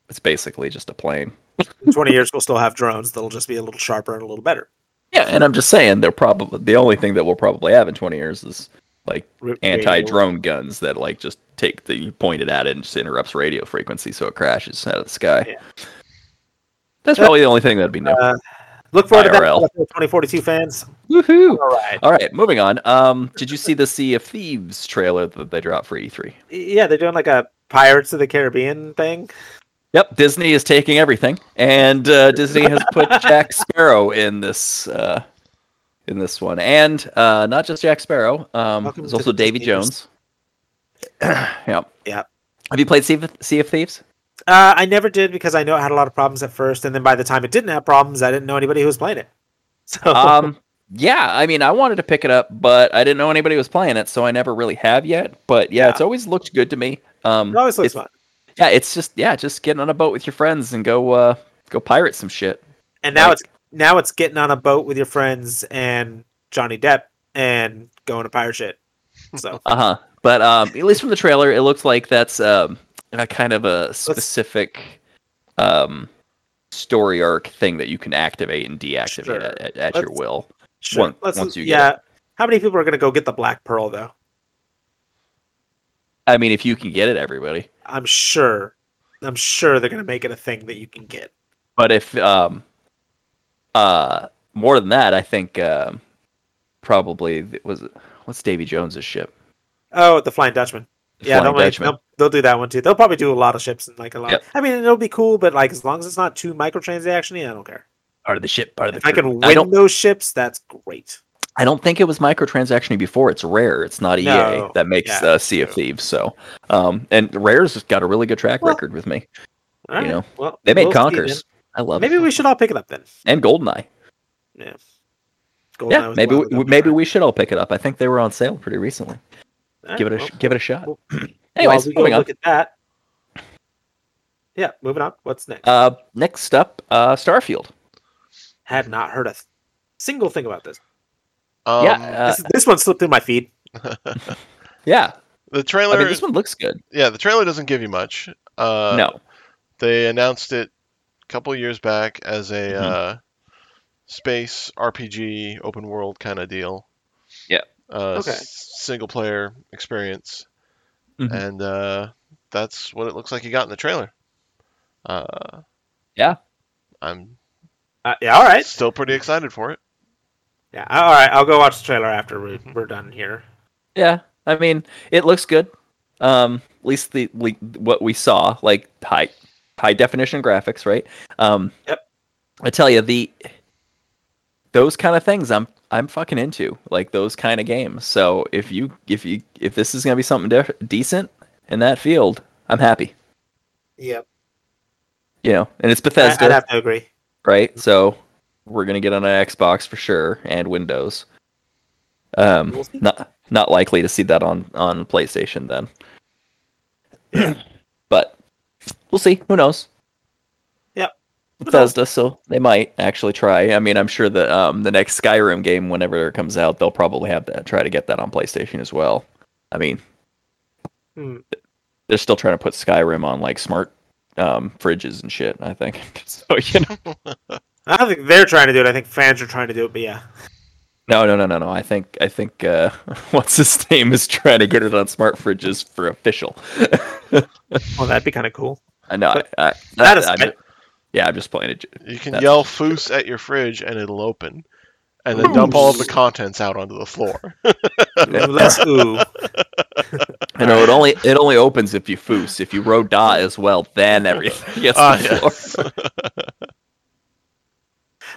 S1: it's basically just a plane.
S2: In twenty years, we'll still have drones. That'll just be a little sharper and a little better.
S1: Yeah, and I'm just saying they're probably the only thing that we'll probably have in 20 years is like
S2: Ri- radio.
S1: anti-drone guns that like just take the you point it at it and just interrupts radio frequency so it crashes out of the sky.
S2: Yeah.
S1: That's probably the only thing that'd be new.
S2: Uh, look forward to
S1: IRL.
S2: that, twenty forty two fans.
S1: Woohoo!
S2: All right.
S1: All right, moving on. Um, did you see the Sea of Thieves trailer that they dropped for E E3?
S2: Yeah, they're doing like a Pirates of the Caribbean thing.
S1: Yep, Disney is taking everything, and uh, Disney has put
S2: [LAUGHS]
S1: Jack Sparrow in this uh, in this one, and uh, not just Jack Sparrow. Um,
S2: Welcome
S1: there's
S2: to
S1: also
S2: the
S1: Davy [CLEARS THROAT]
S2: Disneyverse.
S1: Jones. yeah.
S2: Yep.
S1: Have you played Sea of, sea of Thieves?
S2: Uh, I never did because I know it had a lot of problems at first, and then by the time it didn't have problems, I didn't know anybody who was playing it. [LAUGHS] So
S1: um, yeah, I mean, I wanted to pick it up, but I didn't know anybody was playing it, so I never really have yet. But yeah,
S2: Yeah. Oh.
S1: it's always looked good to me. Um,
S2: it always looks
S1: it's-
S2: fun,
S1: yeah, it's just yeah, just getting on a boat with your friends and go uh go pirate some shit.
S2: and now
S1: like-
S2: it's now it's getting on a boat with your friends and Johnny Depp and going to pirate shit.
S1: [LAUGHS]
S2: So
S1: Uh huh. But um, at least from the trailer, it looks like that's um a kind of a specific um story arc thing that you can activate and deactivate
S2: Sure.
S1: at, at, at your
S2: Let's-
S1: will.
S2: sure,
S1: Once- once you get
S2: yeah. How many people are going to go get the Black Pearl though?
S1: I mean, if you can get it, everybody.
S2: I'm sure. I'm sure they're going to make it a thing that you can get.
S1: But if um uh more than that, I think um probably th- was it- what's Davy Jones's ship?
S2: Oh, the Flying Dutchman.
S1: The
S2: yeah,
S1: Flying
S2: they'll, make-
S1: Dutchman.
S2: they'll, they'll do that one too. They'll probably do a lot of ships and like a lot.
S1: Yep.
S2: I mean, it'll be cool, but like as long as it's not too microtransaction, I don't care.
S1: Part of the ship, part of the
S2: If I
S1: crew.
S2: can
S1: I
S2: win
S1: don't
S2: those ships, that's great.
S1: I don't think it was microtransaction before. It's rare. It's not EA
S2: No,
S1: that makes
S2: yeah,
S1: uh, Sea of Thieves. So, um, and Rare's has got a really good track
S2: Well,
S1: record with me.
S2: All right.
S1: You know,
S2: well,
S1: They made
S2: we'll see
S1: Conkers. I
S2: then.
S1: love
S2: Maybe
S1: it.
S2: we should all pick it up then.
S1: And Goldeneye.
S2: Goldeneye
S1: Yeah,
S2: was
S1: maybe
S2: one
S1: we,
S2: of them.
S1: maybe we should all pick it up. I think they were on sale pretty recently.
S2: All right,
S1: give it a
S2: well,
S1: sh- give it a shot. [CLEARS THROAT]
S2: well,
S1: Anyways,
S2: while we go
S1: moving on.
S2: look at that. Yeah, moving on. What's next?
S1: Uh, next up, uh, Starfield.
S2: Had not heard a th- single thing about this.
S3: Um,
S1: yeah, uh,
S2: this. This one slipped through my feed.
S1: yeah.
S3: the
S1: I
S3: trailer.
S1: mean, this one looks good.
S3: Yeah, the trailer doesn't give you much. Uh,
S1: no,
S3: they announced it a couple years back as a
S1: Mhm.
S3: uh, space RPG open world kind of deal.
S1: Yeah.
S3: Uh,
S2: Okay.
S3: s- single player experience,
S1: Mhm.
S3: and uh, that's what it looks like you got in the trailer. Uh,
S1: Yeah.
S3: I'm
S2: Uh, yeah, all right.
S3: still pretty excited for it.
S2: Yeah, all right. I'll go watch the trailer after we're, we're done here.
S1: yeah. I mean, it looks good. Um, at least the le- what we saw, like high high definition graphics, right? Um,
S2: Yep.
S1: I tell you the those kind of things I'm I'm fucking into, like those kind of games. So if you if you if this is gonna be something def- decent in that field, I'm happy.
S2: Yep.
S1: You know, and it's
S2: I,
S1: Bethesda,
S2: I'd have to agree.
S1: right? So we're gonna get on an Xbox for sure and Windows. Um,
S2: We'll see.
S1: not not likely to see that on on PlayStation then.
S2: [CLEARS THROAT] Yeah.
S1: but we'll see. Who knows?
S2: Yep. Who knows?
S1: Bethesda, so they might actually try. I mean, I'm sure that um, the next Skyrim game, whenever it comes out, they'll probably have that try to get that on PlayStation as well. I mean,
S2: Hmm.
S1: they're still trying to put Skyrim on like smart um, fridges and shit. I think [LAUGHS] so. You know,
S2: [LAUGHS] I don't think they're trying to do it. I think fans are trying to do it. But yeah,
S1: No, no, no, no, no. I think I think uh, [LAUGHS] what's his name is trying to get it on smart fridges for official.
S2: well, that'd be kind of cool.
S1: I know. I, I,
S2: That is-
S1: I'm ju- yeah, I'm just playing it.
S3: You can
S1: That's
S3: yell "foos" at your fridge, and it'll open, and then
S1: Foos.
S3: dump all of the contents out onto
S1: [LAUGHS]
S3: the floor.
S2: Ooh, Let's ooh.
S1: I know it only it only opens if you foos. If you row da as well, then everything
S2: Oh,
S1: gets
S3: Ah,
S1: on the floor. [LAUGHS]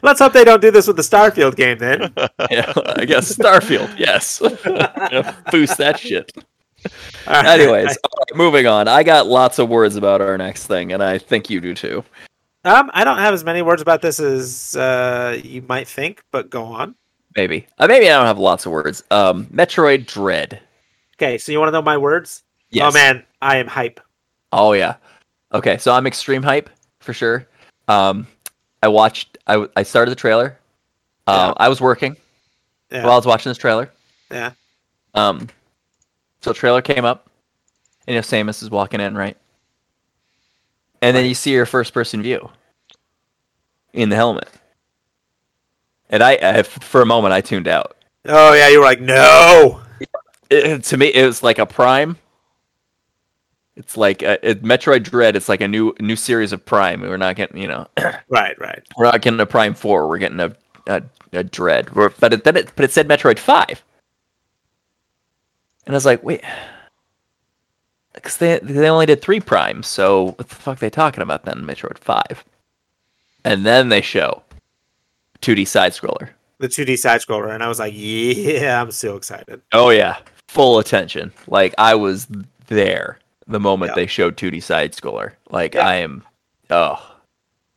S2: Let's hope they don't do this with the Starfield game then.
S1: Yeah, I guess Starfield. Yes, [LAUGHS] Yeah, foos that shit.
S2: All right.
S1: Anyways,
S2: [LAUGHS]
S1: all right, moving on. I got lots of words about our next thing, and I think you do too.
S2: um, I don't have as many words about this as uh, you might think, but go on.
S1: Maybe uh, maybe I don't have lots of words. Um, Metroid Dread.
S2: Okay, so you want to know my words?
S1: Yes.
S2: Oh man, I am hype.
S1: Oh yeah. Okay, so I'm extreme hype for sure. Um, I watched. I w- I started the trailer. Uh, I was working
S2: Yeah.
S1: while I was watching this trailer.
S2: Yeah.
S1: Um, so trailer came up, and you know Samus is walking in, right? And then you see her first person view in the helmet. And I, I, for a moment, I tuned out.
S2: oh yeah, you were like, no.
S1: It- to me, it was like a prime. It's like a, it, Metroid Dread. It's like a new new series of Prime. We're not getting, you know, [LAUGHS]
S2: Right, right.
S1: we're not getting a Prime Four. We're getting a a, a Dread. We're- but it, then it but it said Metroid Five, and I was like, wait, because they they only did three Primes. So what the fuck are they talking about then? Metroid Five, and then they show 2D side scroller.
S2: The 2D side scroller, and I was like, yeah, I'm so excited.
S1: Oh yeah, full attention. Like I was there. the moment
S2: Yeah.
S1: they showed 2D side scroller. Like
S2: Yeah.
S1: I am, oh,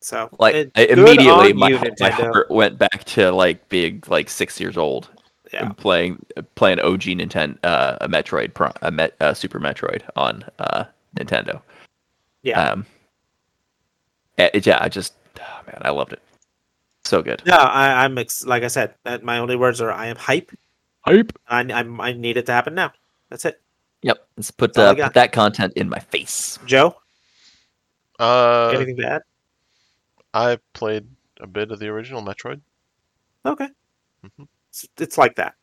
S2: so
S1: like
S2: it-
S1: I-
S2: good
S1: immediately
S2: on
S1: [LAUGHS] my,
S2: you,
S1: my
S2: Nintendo.
S1: heart went back to like being like six years old
S2: Yeah.
S1: and playing playing OG Nintendo uh, a Metroid Pro- a Met, uh, Super Metroid on uh, Nintendo.
S2: Yeah.
S1: Um, eh, yeah, I just oh, man, I loved it. So good.
S2: No, I, I'm ex- like I said. That my only words are I am hype.
S1: Hype.
S2: I, I'm, I need it to happen now. That's it.
S1: Yep. Let's put,
S2: That's all I
S1: uh,
S2: got.
S1: put that content in my face.
S2: Joe,
S3: [LAUGHS] Uh,
S2: anything to add?
S3: I played a bit of the original Metroid.
S2: Okay.
S3: Mhm.
S2: It's, it's like that.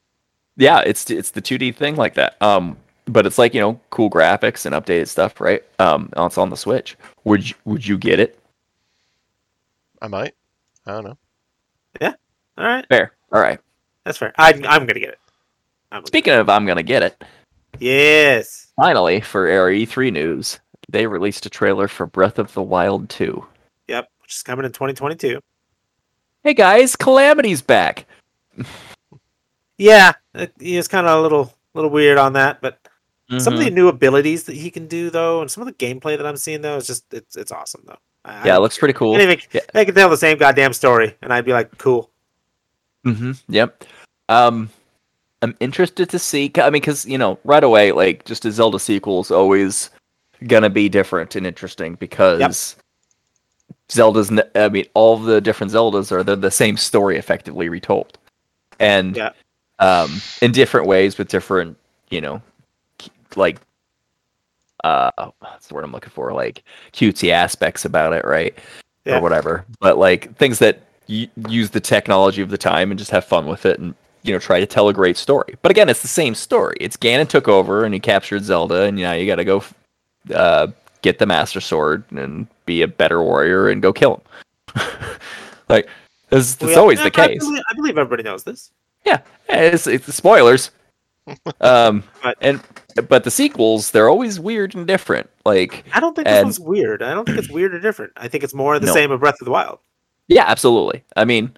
S1: Yeah, it's it's the 2D thing like that. Um, but it's like you know, cool graphics and updated stuff, right? Um, it's on the Switch. Would you, would you get it?
S3: I might. I don't know.
S2: All right,
S1: Fair. All right.
S2: that's fair. I, I'm gonna get it. I'm gonna-
S1: Speaking of, I'm gonna get it.
S2: yes.
S1: Finally, for RE3 news, they released a trailer for Breath of the Wild 2.
S2: Yep. Which is coming in 2022.
S1: Hey guys, Calamity's back.
S2: Yeah, it, he is kind of a little little weird on that, but some of
S1: Mm-hmm.
S2: the new abilities that he can do though, and some of the gameplay that I'm seeing though is just it's it's awesome though. I,
S1: yeah,
S2: I,
S1: it looks pretty cool.
S2: and if it-
S1: Yeah.
S2: they could tell the same goddamn story, and I'd be like, cool.
S1: Mm-hmm. Yep. Um, I'm interested to see. I mean, because you know, right away, like just a Zelda sequel is always gonna be different and interesting because Zelda's. n- I mean, all the different Zeldas are the, the same story effectively retold, and
S2: Yeah.
S1: um, in different ways with different, you know, c- like uh, that's the word I'm looking for, like cutesy aspects about it, right?
S2: Yeah.
S1: Or whatever. But like things that y- use the technology of the time and just have fun with it and you know try to tell a great story. But again, it's the same story. It's Ganon took over and he captured Zelda, and now you got to go f- uh, get the Master Sword and be a better warrior and go kill him. [LAUGHS] like that's, that's
S2: We-
S1: always
S2: I-
S1: the
S2: I
S1: case.
S2: believe, I believe everybody knows this.
S1: Yeah, Eh, it's, it's
S2: [LAUGHS]
S1: spoilers. um,
S2: But-
S1: and but the sequels they're always weird and different. Like
S2: I don't think this
S1: And-
S2: one's weird. I don't think
S1: [CLEARS THROAT]
S2: it's weird or different. I think it's more of the
S1: No.
S2: same of Breath of the Wild.
S1: Yeah, absolutely. I mean,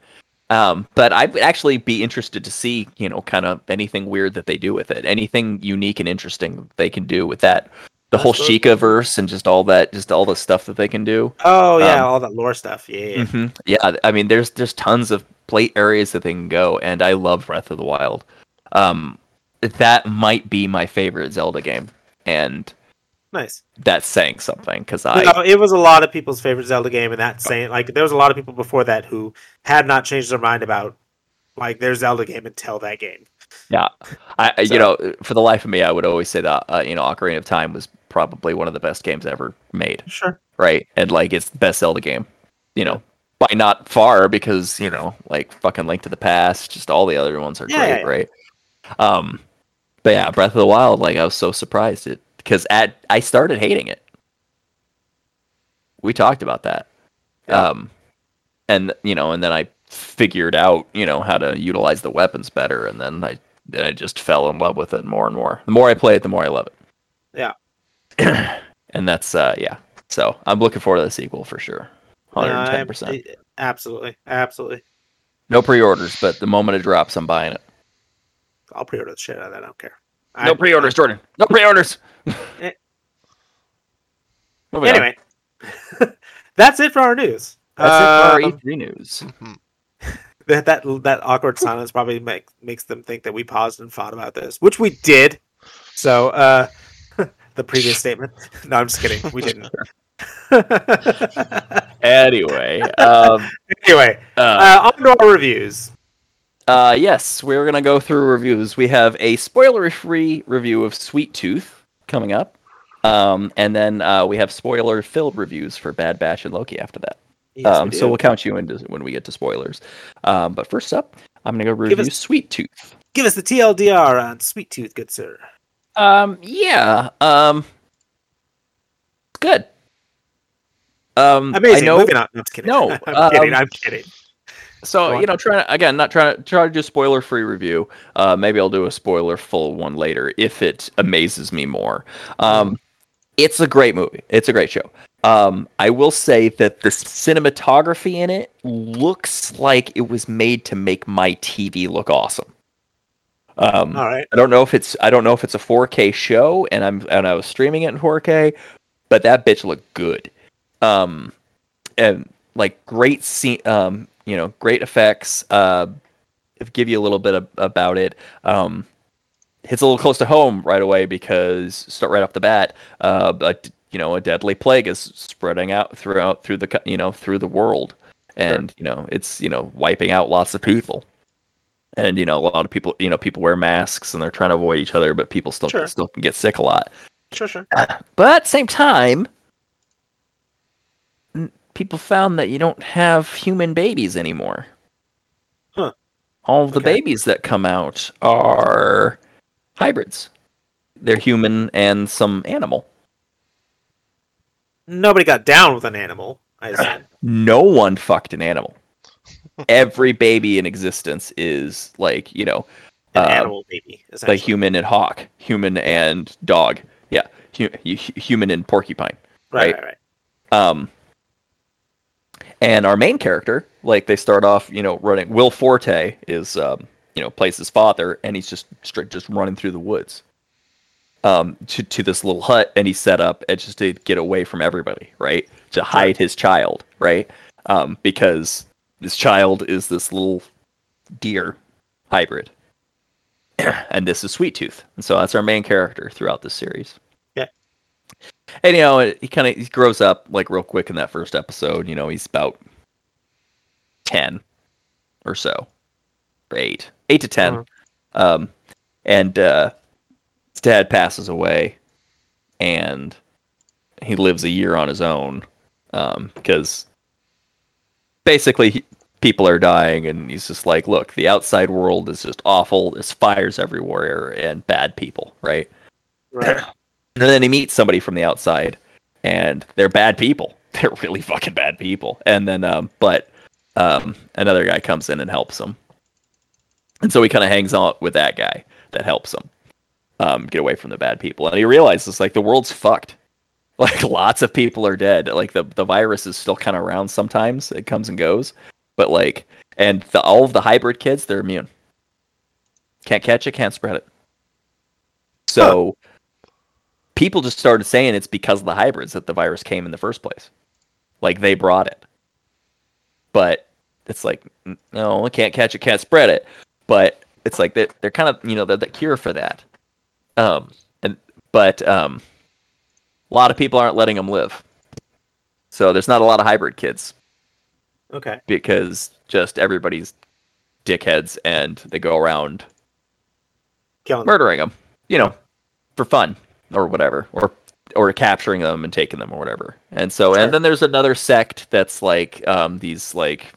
S1: um, but I would actually be interested to see, you know, kind of anything weird that they do with it, anything unique and interesting they can do with that, the whole
S2: Absolutely.
S1: Sheikah verse and just all that, just all the stuff that they can do.
S2: Oh yeah,
S1: Um,
S2: all that lore stuff. Yeah, Mm-hmm. yeah, yeah.
S1: Mhm. Yeah, I mean, there's there's tons of plate areas that they can go, and I love Breath of the Wild. Um, that might be my favorite Zelda game, and
S2: nice.
S1: that's saying something because mm-hmm. I Oh.
S2: No, it was a lot of people's favorite Zelda game, and that saying like there was a lot of people before that who had not changed their mind about like their Zelda game until that game.
S1: Yeah, I I-
S2: So-
S1: you know for the life of me, I would always say that uh, you know Ocarina of Time was probably one of the best games ever made,
S2: Sure.
S1: right? And like it's the best Zelda game, you know, by not far because you know like fucking Link to the Past, just all the other ones are
S2: Yeah, yeah,
S1: great, right? Um, but yeah, Breath of the Wild, like I was so surprised it because at I started hating it. We talked about that,
S2: Yeah.
S1: um, and you know, and then I figured out you know how to utilize the weapons better, and then I then I just fell in love with it more and more. The more I play it, the more I love it. Yeah, [CLEARS THROAT] and that's uh yeah. So I'm looking forward to the sequel for sure,
S2: No, I-
S1: hundred and ten percent.
S2: I- Absolutely, absolutely.
S1: No pre-orders, but the moment it drops, I'm buying it.
S2: I'll pre-order the shit out of that. I don't care. I-
S1: No pre-orders, Jordan. No pre-orders.
S2: [LAUGHS] Eh.
S1: Moving on.
S2: Anyway, [LAUGHS] that's it for our news.
S1: That's it
S2: Um,
S1: for our E3 news.
S2: that that that awkward silence probably make, makes them think that we paused and thought about this, which we did. So uh [LAUGHS]
S1: [LAUGHS]
S2: the previous statement. No, I'm just kidding. We didn't.
S1: Anyway, [LAUGHS] um,
S2: anyway,
S1: uh,
S2: uh, on to our reviews.
S1: uh, yes, we're gonna go through reviews. We have a spoiler-free review of Sweet Tooth coming up, um, and then uh, we have spoiler-filled reviews for Bad Batch and Loki after that.
S2: Yes,
S1: um,
S2: we
S1: so
S2: do.
S1: we'll count you into when we get to spoilers. Um, but first up, I'm gonna go
S2: Give
S1: review
S2: us-
S1: Sweet Tooth.
S2: give us the TLDR on Sweet Tooth, good sir.
S1: Um, yeah. Um, good. Um,
S2: Amazing.
S1: I know.
S2: Moving on. No, I'm just kidding.
S1: No,
S2: [LAUGHS] I'm kidding.
S1: um,
S2: I'm kidding. Go
S1: So
S2: on.
S1: you know, trying to, again, not trying to try to do spoiler free review. Uh, maybe I'll do a spoiler full one later if it amazes me more.
S2: Mm-hmm.
S1: Um, it's a great movie. It's a great show. Um, I will say that the cinematography in it looks like it was made to make my TV look awesome. Um,
S2: All right.
S1: I don't know if it's I don't know if it's a 4K show and I'm and I was streaming it in 4K, but that bitch looked good. Um and like great scene um you know, great effects uh if- give you a little bit of, about it. Um hits a little close to home right away because start right off the bat, uh but you know, a deadly plague is spreading out throughout through the co- you know, through the world. And you know, it's you know, wiping out lots of people and you know a lot of people you know people wear masks and they're trying to avoid each other but people still
S2: Sure.
S1: still can get sick a lot
S2: Sure, sure.
S1: but at the same time n- people found that you don't have human babies anymore
S2: Huh.
S1: all of the
S2: Okay.
S1: babies that come out are hybrids they're human and some animal
S2: Nobody got down with an animal.
S1: [LAUGHS]
S2: I assume.
S1: no one fucked an
S2: [LAUGHS]
S1: animal every baby in existence is like you know
S2: An
S1: uh,
S2: animal baby.
S1: the
S2: essentially.
S1: human and hawk, human and dog. Yeah, hu- hu- human and porcupine.
S2: Right, right, right.
S1: Um, and our main character, like they start off, you know, running. Will Forte is, um, you know, plays his father, and he's just straight just running through the woods, um, to to this little hut, and he set up and just to get away from everybody, right, to hide his child, right, um, because this child is this little deer hybrid, [CLEARS THROAT] and this is Sweet Tooth, and so that's our main character throughout this series. And you know, it- he kind of he grows up like real quick in that first episode. You know, he's about ten or so, or eight, eight to 10
S2: Mhm.
S1: Um, and uh, his dad passes away, and he lives a year on his own um, because basically he- people are dying, and he's just like, look, the outside world is just awful. There's fires everywhere and bad people, right?
S2: Right.
S1: [COUGHS] And then he meets somebody from the outside, and they're bad people. [LAUGHS] They're really fucking bad people. And then, um, but um, another guy comes in and helps him, and so he kind of hangs out with that guy that helps him um, get away from the bad people. And he realizes like the world's fucked. [LAUGHS] Like lots of people are dead. Like the the virus is still kind of around sometimes. It comes and goes, but like, and the, all of the hybrid kids, they're immune. Can't catch it, can't spread it. So people just started saying it's because of the hybrids that the virus came in the first place. Like they brought it. But it's like, n- no, it can't catch it, can't spread it. But it's like they're, they're kind of, you know, they're the cure for that. Um, and, but um, a lot of people aren't letting them live. So there's not a lot of hybrid kids
S2: Okay.
S1: because just everybody's dickheads and they go around
S2: Killing them.
S1: murdering them, you know, for fun or whatever, or or capturing them and taking them or whatever. And so,
S2: Sure.
S1: and then there's another sect that's like um, these like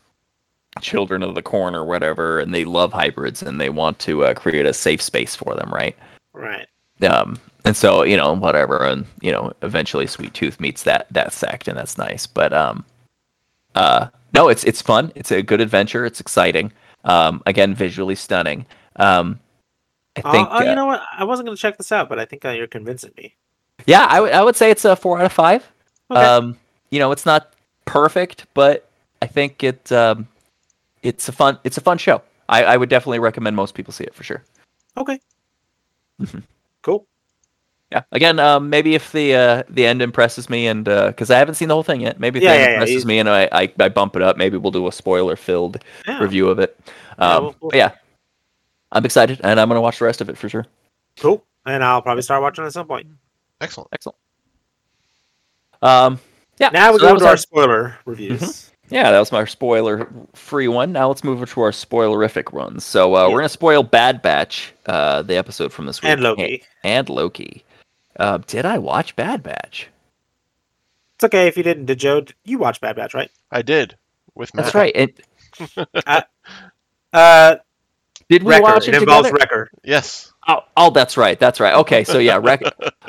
S1: children of the corn or whatever, and they love hybrids and they want to uh, create a safe space for them, right?
S2: Right.
S1: um and so you know whatever and you know eventually sweet tooth meets that that sect and that's nice but um uh no it's it's fun it's a good adventure it's exciting um again visually stunning um i think
S2: oh, oh,
S1: uh,
S2: you know what? I wasn't going to check this out, but I think uh, you're convincing me.
S1: yeah I would I would say it's a four out of five
S2: Okay.
S1: um you know it's not perfect but i think it um it's a fun it's a fun show i i would definitely recommend most people see it for sure
S2: okay.
S1: Mhm.
S2: Cool.
S1: Yeah. Again, um, maybe if the uh, the end impresses me, and because I haven't seen the whole thing yet, maybe if
S2: Yeah,
S1: the end
S2: yeah, yeah,
S1: impresses
S2: you-
S1: me, and I, I, I bump it up, maybe we'll do a spoiler filled
S2: Yeah.
S1: review of it.
S2: Yeah,
S1: Um,
S2: we'll-
S1: but yeah, I'm excited, and I'm gonna watch the rest of it for sure.
S2: Cool. And I'll probably start watching at some point.
S3: Excellent.
S1: Um, yeah.
S2: Now we
S1: so that
S2: go
S1: was Mm-hmm.
S2: to our spoiler reviews.
S1: yeah, that was my spoiler free one. Now let's move to our spoilerific ones. So uh,
S2: Yeah.
S1: we're gonna spoil Bad Batch, uh, the episode from this week,
S2: And Loki.
S1: and Loki. Uh, did I watch Bad Batch?
S2: It's okay if you didn't. Did Joe? You watch Bad Batch, right?
S3: I did with Matt.
S1: That's right. And
S2: Uh,
S1: did we
S2: Wrecker.
S1: watch it,
S2: it involves
S1: together?
S2: Wrecker.
S3: Yes.
S1: Oh, oh, that's right. That's right. Okay, so yeah,
S2: [LAUGHS]
S1: rec-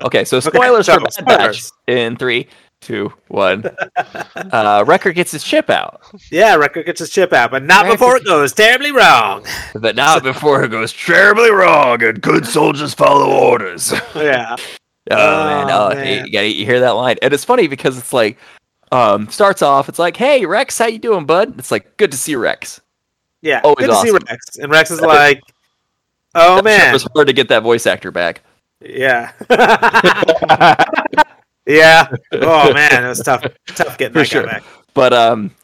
S1: okay. So spoilers
S2: so
S1: for Bad Batch
S2: spoilers.
S1: in three, two,
S2: [LAUGHS]
S1: one. Uh, Wrecker gets his chip out,
S2: Yeah, Wrecker gets his chip out, but not
S1: Wrecker.
S2: before it goes terribly wrong. [LAUGHS]
S1: but not before it goes terribly wrong. And good soldiers follow orders. Oh,
S2: yeah.
S1: man,
S2: Oh,
S1: oh,
S2: man.
S1: You, gotta, you hear that line, and it's funny because it's like um, starts off. It's like, hey, Rex, how you doing, bud? It's like good to see you, Rex.
S2: Yeah.
S1: Always
S2: Good to see
S1: awesome.
S2: Rex. And Rex is like, Oh
S1: It
S2: man,
S1: [LAUGHS] was hard to get that voice actor back. [LAUGHS]
S2: yeah, yeah. Oh man, it was tough, tough getting
S1: For
S2: that
S1: sure.
S2: guy back.
S1: But um,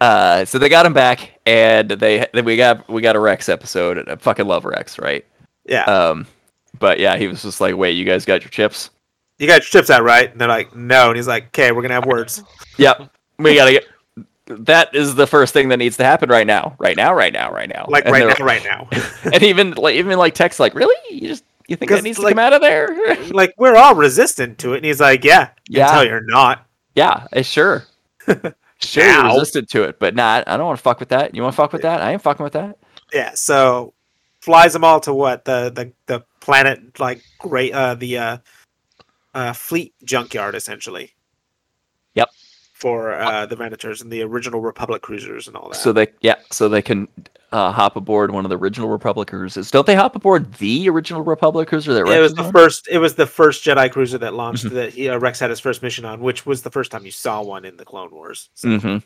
S1: uh, so they got him back, and they then we got we got a Rex episode. And I fucking love Rex, right?
S2: Yeah,
S1: Um, but yeah, he was just like, "Wait, you guys got your chips?
S2: you got your chips out right, and they're like, no, and he's like, okay, we're gonna have words.
S1: Yep, we gotta get." That is the first thing that needs to happen right now, right now, right now, right now.
S2: Like
S1: And
S2: right
S1: they're-
S2: now, right now.
S1: [LAUGHS] and even like even like text like really you just you think
S2: Because,
S1: that needs to
S2: like-
S1: come out of there [LAUGHS]
S2: like we're all resistant to it, and he's like, yeah,
S1: Yeah.
S2: until you're not.
S1: yeah eh,
S2: [LAUGHS]
S1: sure sure you
S2: Now.
S1: resisted to it but not i don't want to fuck with that you want to fuck with that i ain't fucking with that
S2: Yeah, so flies them all to what the the the planet like great uh the uh uh fleet junkyard essentially.
S1: Yep.
S2: For uh the Venators and the original Republic cruisers and all that.
S1: so they yeah so they can uh, hop aboard one of the original republic cruises don't they hop aboard the original republic cruiser that
S2: it
S1: Rex
S2: was
S1: is
S2: the
S1: on?
S2: first. It was the first Jedi cruiser that launched
S1: Mm-hmm.
S2: that he, uh, Rex had his first mission on, which was the first time you saw one in the Clone Wars. So,
S1: Mhm.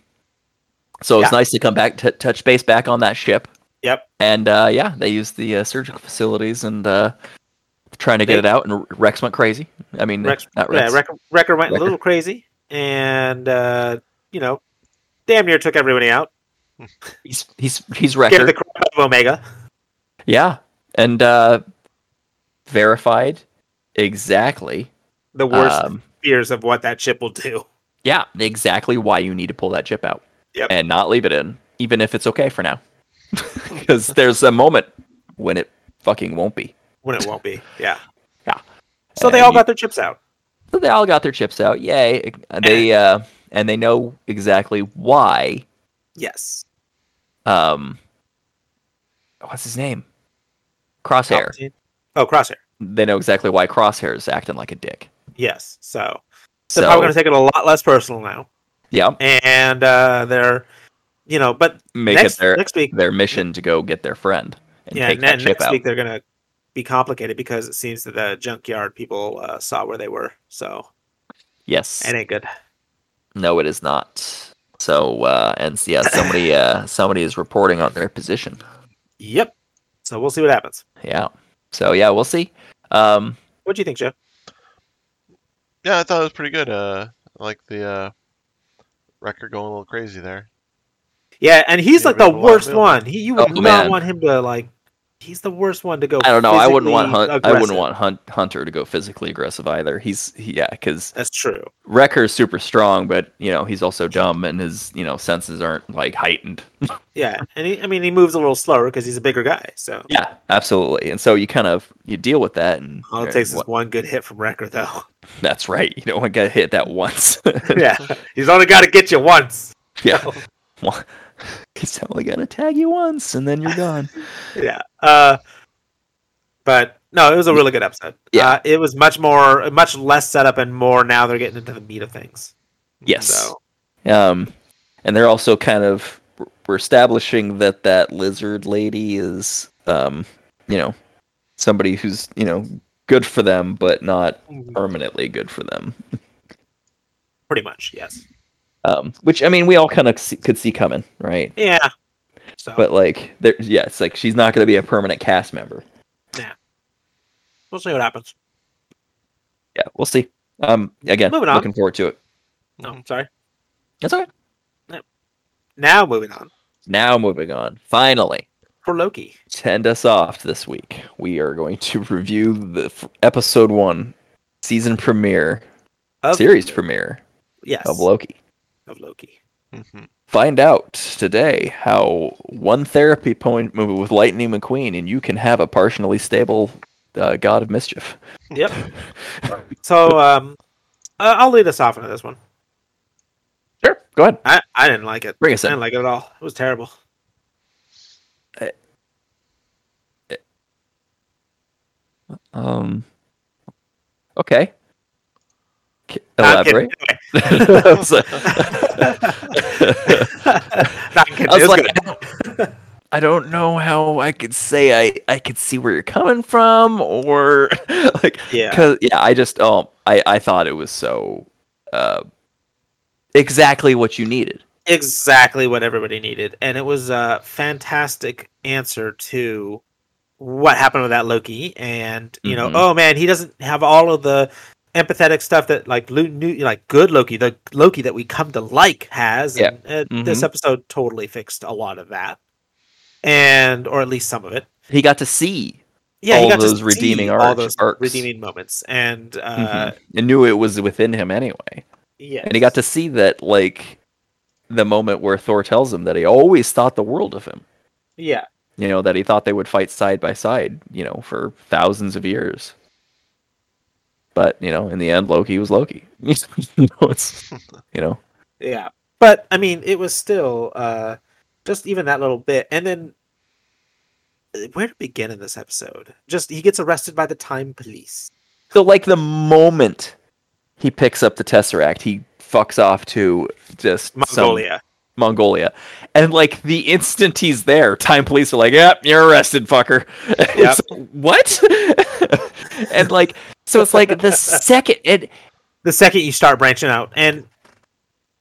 S1: so it's
S2: Yeah.
S1: nice to come back to touch base back on that ship
S2: Yep.
S1: and uh, yeah they used the uh, surgical facilities and uh trying to get
S2: They-
S1: it out and rex went crazy i mean
S2: Rex-
S1: not rex
S2: Yeah, Wrecker, Wrecker went
S1: Wrecker.
S2: a little crazy, and uh, you know, damn near took everybody out.
S1: he's he's he's Wrecker.
S2: Scared the crap out of Omega.
S1: Yeah, and uh, verified exactly.
S2: The worst
S1: um,
S2: fears of what that ship will do. [LAUGHS]
S1: yeah, exactly why you need to pull that chip out
S2: Yep.
S1: and not leave it in, even if it's okay for now, [LAUGHS] because there's a moment when it fucking won't be.
S2: When it won't be. Yeah.
S1: Yeah.
S2: So they
S1: And
S2: all
S1: you-
S2: got their chips out.
S1: So they all got their chips out. Yay! They
S2: [CLEARS THROAT]
S1: uh, and they know exactly why.
S2: Yes.
S1: Um, what's his name? Crosshair.
S2: Palpatine. Oh, Crosshair.
S1: They know exactly why Crosshair is acting like a dick.
S2: Yes. So
S1: So,
S2: they're probably going to take it a lot less personal now,
S1: yeah,
S2: and uh, they're, you know, but
S1: make
S2: next
S1: it their
S2: next week,
S1: their mission to go get their friend and
S2: yeah,
S1: take
S2: ne-
S1: that
S2: next
S1: chip out.
S2: week they're going to be complicated because it seems that the junkyard people uh, saw where they were. So
S1: Yes.
S2: it ain't good.
S1: no, it is not. So uh, and yeah, somebody uh, somebody is reporting on their position.
S2: Yep. So we'll see what happens.
S1: Yeah. So yeah, we'll see. Um,
S2: What do you think, Jeff?
S3: Yeah, I thought it was pretty good. Uh, I like the uh, record going a little crazy there.
S2: Yeah, and he's
S3: Yeah,
S2: like
S3: we
S2: the
S3: have a lot of
S2: worst one. He, you would
S1: Oh,
S2: not
S1: man.
S2: want him to like. He's the worst one to go.
S1: I don't know. I wouldn't want
S2: physically
S1: Hunt. I wouldn't
S2: aggressive.
S1: want Hunt Hunter to go physically aggressive either. He's he, yeah, because
S2: That's true.
S1: Wrecker's super strong, but you know he's also dumb and his you know senses aren't like heightened.
S2: Yeah, and he, I mean, he moves a little slower because he's a bigger guy. So
S1: Yeah, absolutely. And so you kind of you deal with that and
S2: all it
S1: and
S2: takes is
S1: what-
S2: one good hit from Wrecker, though.
S1: [LAUGHS] that's right. You don't want to get hit that once. [LAUGHS]
S2: yeah, he's only got to get you once. [LAUGHS]
S1: Yeah. Well, he's only gonna tag you once, and then you're gone.
S2: Yeah. Uh, but no, it was a really good episode.
S1: Yeah.
S2: uh, it was much more, much less setup, and more now they're getting into the meat of things.
S1: yes.
S2: So
S1: Um, and they're also kind of we're establishing that that lizard lady is, um, you know, somebody who's you know good for them, but not permanently good for them.
S2: pretty much, yes.
S1: Um, which I mean, we all kind of see, could see coming, right?
S2: Yeah. So
S1: But like, there, yeah, it's like she's not gonna be a permanent cast member.
S2: we'll see what happens.
S1: Yeah, we'll see. Um, again,
S2: Moving on.
S1: looking forward to it.
S2: No, I'm sorry.
S1: That's all right.
S2: Now moving on
S1: Now moving on. Finally.
S2: for Loki.
S1: to end us off this week, we are going to review the f- episode one season premiere,
S2: Of,
S1: series premiere
S2: Yes.
S1: of Loki.
S2: of Loki.
S3: Mhm.
S1: Find out today how one therapy point movie with Lightning McQueen, and you can have a partially stable uh, God of Mischief. [LAUGHS]
S2: Yep. so um, uh, I'll lead us off into this one.
S1: Sure, go ahead,
S2: I, I didn't like it.
S1: bring us
S2: I didn't
S1: in.
S2: like it at all. It was terrible.
S1: Um, okay. K-
S2: I'm kidding. [LAUGHS]
S1: Elaborate. [LAUGHS] I was like-
S2: [LAUGHS] Not kidding.
S1: I
S2: It
S1: was
S2: was
S1: like,
S2: good.
S1: I don't, I don't know how I could say I I could see where you're coming from, or [LAUGHS] like,
S2: yeah,
S1: cause yeah, I just oh, I I thought it was so, uh, exactly what you needed.
S2: exactly what everybody needed, and it was a fantastic answer to what happened with that Loki, and you
S1: Mhm.
S2: know, oh man, he doesn't have all of the empathetic stuff that like Lu- new, like good Loki, the Loki that we come to like has.
S1: Yeah.
S2: And, uh, This
S1: Mhm.
S2: episode totally fixed a lot of that, and or at least some of it.
S1: He got to see
S2: Yeah,
S1: All
S2: he got
S1: those
S2: to
S1: redeeming
S2: see all
S1: arcs-
S2: those
S1: arcs.
S2: redeeming moments, and uh,
S1: mm-hmm, and knew it was within him anyway.
S2: yeah,
S1: And he got to see that, like, the moment where Thor tells him that he always thought the world of him.
S2: yeah,
S1: You know, that he thought they would fight side by side, you know, for thousands of years. But, you know, in the end, Loki was Loki. [LAUGHS] you know, it's, you know,
S2: yeah. But I mean, it was still uh, just even that little bit, and then uh, where to begin in this episode? Just he gets arrested by the time police.
S1: So like the moment he picks up the Tesseract, he fucks off to just some-
S2: Mongolia.
S1: Mongolia. And like the instant he's there, time police are like, Yep, you're arrested, fucker. [LAUGHS] It's like, what? [LAUGHS] and like so it's like the second it
S2: The second you start branching out, and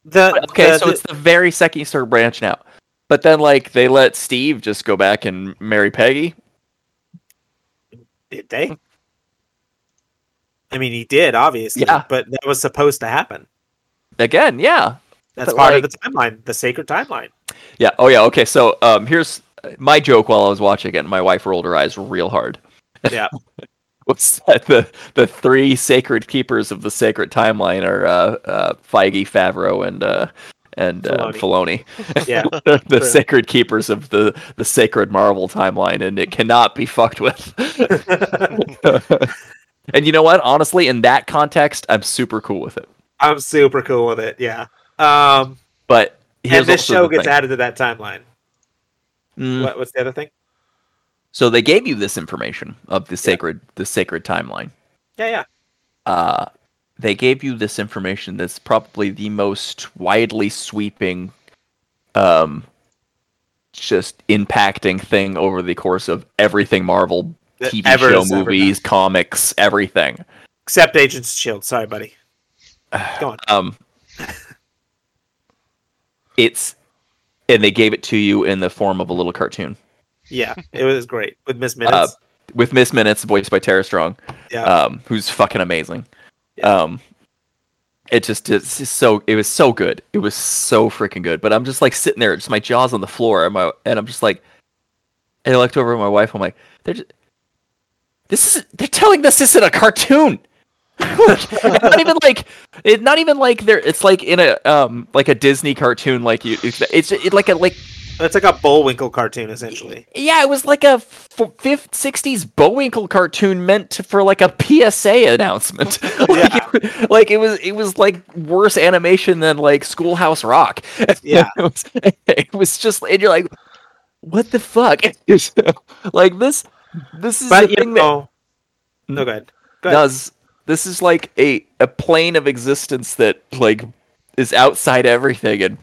S2: the
S1: [LAUGHS] okay,
S2: the-
S1: so
S2: the-
S1: it's the very second you start branching out. But then like they let Steve just go back and marry Peggy.
S2: did
S1: Hmm.
S2: they? I mean, he did obviously,
S1: Yeah.
S2: but that was supposed to happen.
S1: Again, yeah.
S2: That's
S1: But,
S2: part
S1: like-
S2: of the timeline, the
S1: [LAUGHS]
S2: sacred timeline.
S1: Yeah. Oh yeah, okay. So um here's my joke while I was watching it, and my wife rolled her eyes real hard. [LAUGHS]
S2: Yeah.
S1: What's that? The the three sacred keepers of the sacred timeline are uh, uh, Feige, Favreau, and uh, and uh, Filoni.
S2: Yeah.
S1: [LAUGHS] the
S2: True.
S1: sacred keepers of the the sacred Marvel timeline, and it cannot be fucked
S2: [LAUGHS]
S1: with. and you know what? Honestly, in that context, I'm super cool with it.
S2: I'm super cool with it. Yeah. Um,
S1: But
S2: and
S1: here's
S2: this
S1: also
S2: show
S1: the
S2: gets
S1: thing.
S2: added to that timeline.
S1: Mm.
S2: What, what's the other thing?
S1: So they gave you this information of the sacred the sacred timeline.
S2: Yeah, yeah.
S1: uh, they gave you this information that's probably the most widely sweeping, um, just impacting thing over the course of everything Marvel,
S2: That
S1: TV
S2: ever
S1: show,
S2: is ever
S1: movies, comics, everything.
S2: Except Agents of Shield. E
S1: [SIGHS]
S2: Sorry, buddy. Go on. [LAUGHS]
S1: Um, it's and they gave it to you in the form of a little cartoon
S2: Yeah, it was great with Miss Minutes.
S1: with Miss Minutes, voiced by Tara Strong.
S2: yeah,
S1: um, who's fucking amazing.
S2: Yeah.
S1: Um, it just it's just so it was so good. It was so freaking good. But I'm just like sitting there, just my jaws on the floor, and my and I'm just like, and I looked over at my wife. I'm like, they're just, this is they're telling us this in a cartoon. [LAUGHS] Like, it's not even like it's not even like they're it's like in a um like a Disney cartoon like you it's it, like a like
S2: it's like a Bullwinkle cartoon essentially.
S1: yeah, it was like a f- fifth, 60s Bowinkle cartoon meant to, for like a PSA announcement. [LAUGHS] like,
S2: Yeah.
S1: it, wa- like it was, it was like worse animation than like Schoolhouse Rock. [LAUGHS]
S2: Yeah.
S1: it, was, [LAUGHS] it was just, and you're like, what the fuck? [LAUGHS] like this, this is
S2: But
S1: the
S2: you
S1: thing Mm-hmm.
S2: know,
S1: that-
S2: no good.
S1: that does. This is like a a plane of existence that like is outside everything and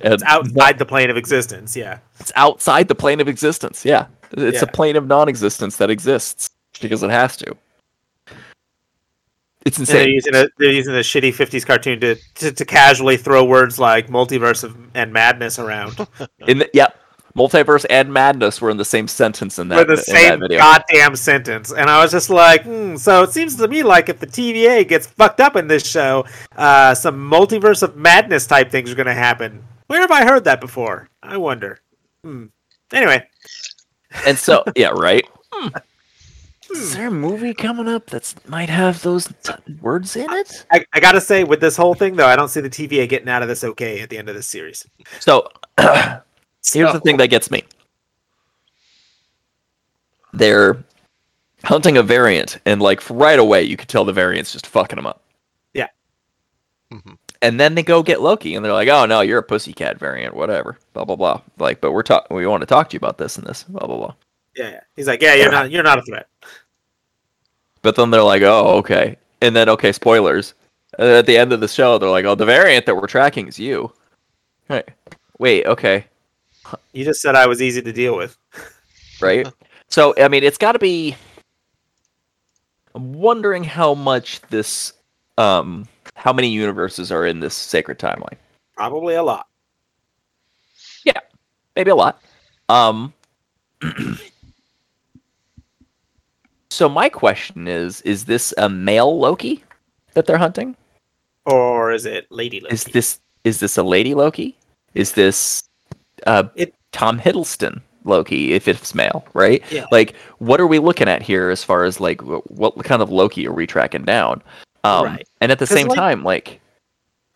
S1: and
S2: It's outside the plane of existence. Yeah,
S1: it's outside the plane of existence. Yeah. It's a
S2: Yeah.
S1: plane of non existence that exists because it has to. It's
S2: and they're
S1: insane.
S2: using a they're using a shitty '50s cartoon to, to to casually throw words like multiverse of, and madness around.
S1: In the, yep. Multiverse and madness were in the same sentence in that,
S2: with the
S1: in that
S2: same
S1: video.
S2: goddamn sentence. And I was just like, hmm, so it seems to me like if the TVA gets fucked up in this show, uh, some multiverse of madness type things are going to happen. Where have I heard that before? I wonder. Hmm. Anyway,
S1: And
S2: [LAUGHS]
S1: so, yeah, right? Hmm.
S2: Hmm.
S1: Is there a movie coming up that might have those t- words in it?
S2: I, I got to say, with this whole thing, though, I don't see the TVA getting out of this okay at the end of this series.
S1: So, Here's
S2: So-
S1: the thing that gets me. They're hunting a variant, and like right away, you could tell the variant's just fucking them up.
S2: Yeah.
S3: Mhm.
S1: And then they go get Loki, and they're like, "Oh no, you're a pussycat variant, whatever." Blah blah blah. Like, but we're talking. We want to talk to you about this and this. Blah blah blah.
S2: Yeah, yeah. He's like, yeah, you're not, you're not a threat.
S1: But then they're like, "Oh, okay." And then, okay, spoilers. And then at the end of the show, they're like, "Oh, the variant that we're tracking is you." Right. Wait. Okay.
S2: You just said I was easy to deal with.
S1: right? so I mean, it's got to be. I'm wondering how much this, um, how many universes are in this sacred timeline?
S2: Probably a lot.
S1: Maybe a lot. Um, [CLEARS THROAT] So my question is: Is this a male Loki that they're hunting?
S2: or is it Lady Loki?
S1: Is this is this a lady Loki? Is this uh,
S2: It-
S1: Tom Hiddleston Loki? If it's male, right?
S2: Yeah.
S1: Like, what are we looking at here as far as like wh- what kind of Loki are we tracking down? Um,
S2: Right.
S1: And at the
S2: 'Cause,
S1: same
S2: like-
S1: time, like,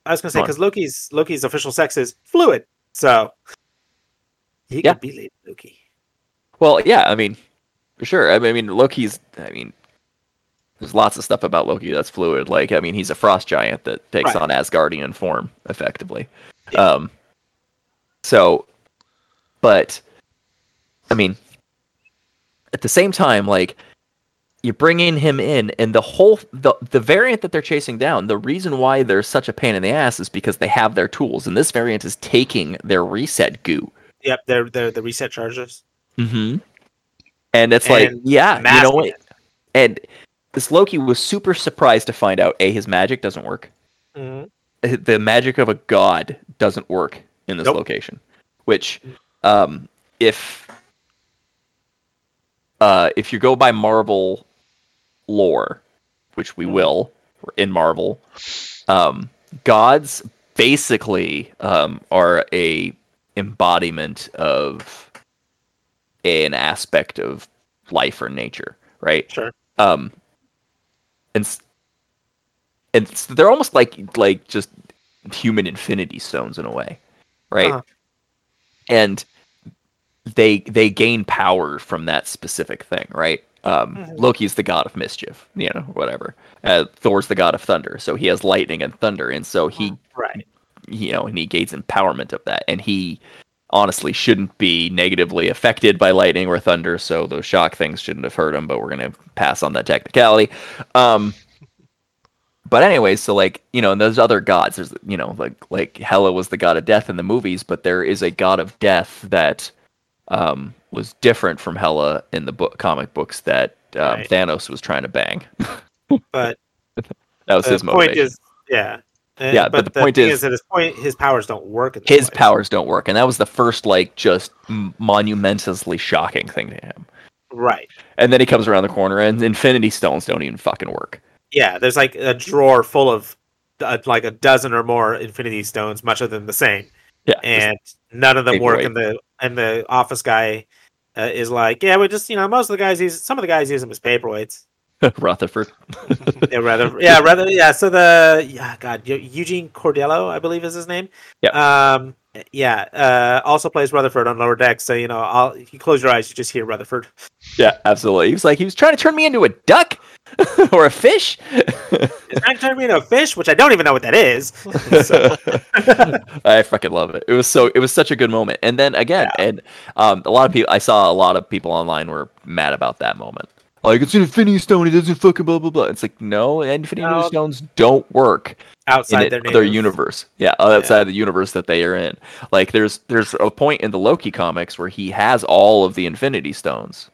S2: I was gonna say
S1: Come on.
S2: because Loki's Loki's official sex is fluid, so he
S1: Yeah.
S2: could be Lady Loki.
S1: well, yeah, I mean, for sure. I mean, I mean, Loki's. I mean, there's lots of stuff about Loki that's fluid. Like, I mean, he's a frost giant that takes
S2: Right.
S1: on Asgardian form effectively.
S2: Yeah.
S1: Um. So, but, I mean, at the same time, like you're bringing him in, and the whole the the variant that they're chasing down. The reason why they're such a pain in the ass is because they have their tools, and this variant is taking their reset goo.
S2: Yep, they're they're the reset charges.
S1: Mm-hmm. And it's like,
S2: And
S1: yeah, you know
S2: masking
S1: what?
S2: it.
S1: And this Loki was super surprised to find out a his magic doesn't work
S2: Mhm.
S1: [LAUGHS] the magic of a god doesn't work in this
S2: Nope.
S1: location which um if uh if you go by marvel lore which we will in marvel um gods basically um are a embodiment of an aspect of life or nature right
S2: Sure.
S1: um and s- and s- they're almost like like just human infinity stones in a way right
S2: Uh-huh.
S1: and they they gain power from that specific thing right um
S2: Mhm.
S1: loki's the god of mischief you know whatever uh, thor's the god of thunder so he has lightning and thunder and so he
S2: Right.
S1: you know, and he gains empowerment of that. And he honestly shouldn't be negatively affected by lightning or thunder, so those shock things shouldn't have hurt him, but we're gonna pass on that technicality. Um but anyway, so like, you know, and those other gods, there's you know, like like Hela was the god of death in the movies, but there is a god of death that um was different from Hela in the book comic books that um,
S2: Right.
S1: Thanos was trying to bang.
S2: But
S1: That was
S2: the
S1: his
S2: point
S1: motivation.
S2: is, yeah, And-
S1: Yeah, but the point
S2: thing
S1: is-
S2: that his point, his powers don't work. In this
S1: his
S2: way.
S1: powers don't work and that was the first like just m- monumentously shocking thing to him
S2: Right.
S1: and then he comes around the corner and infinity stones don't even fucking work
S2: Yeah, there's like a drawer full of uh, like a dozen or more Infinity Stones, much of them the same,
S1: yeah just-
S2: and none of them
S1: take it
S2: work.
S1: away.
S2: And the and the office guy uh, is like, yeah, we just you know most of the guys use some of the guys use them as paperweights.
S1: [LAUGHS] rutherford [LAUGHS]
S2: yeah, rather. Yeah, rather. Yeah. So the yeah, God, Eu- Eugene Cordello, I believe is his name.
S1: Yep.
S2: Um. Yeah. Uh. Also plays Rutherford on Lower Decks. So you know, I'll if you close your eyes, you just hear
S1: [LAUGHS]
S2: Rutherford.
S1: yeah absolutely he was like he was trying to turn me into a duck [LAUGHS] or a fish
S2: It's not turning me into a fish, which I don't even know what that
S1: [LAUGHS]
S2: is.
S1: I fucking love it. It was so it was such a good moment. And then again, and um, a lot of people I saw a lot of people online were mad about that moment. Like it's an Infinity Stone, it doesn't fucking blah blah blah. It's like no, Infinity
S2: No.
S1: Stones don't work
S2: Outside
S1: in
S2: their
S1: it- their
S2: native-
S1: universe. Yeah, outside the universe that they are in. Like there's there's a point in the Loki comics where he has all of the Infinity Stones,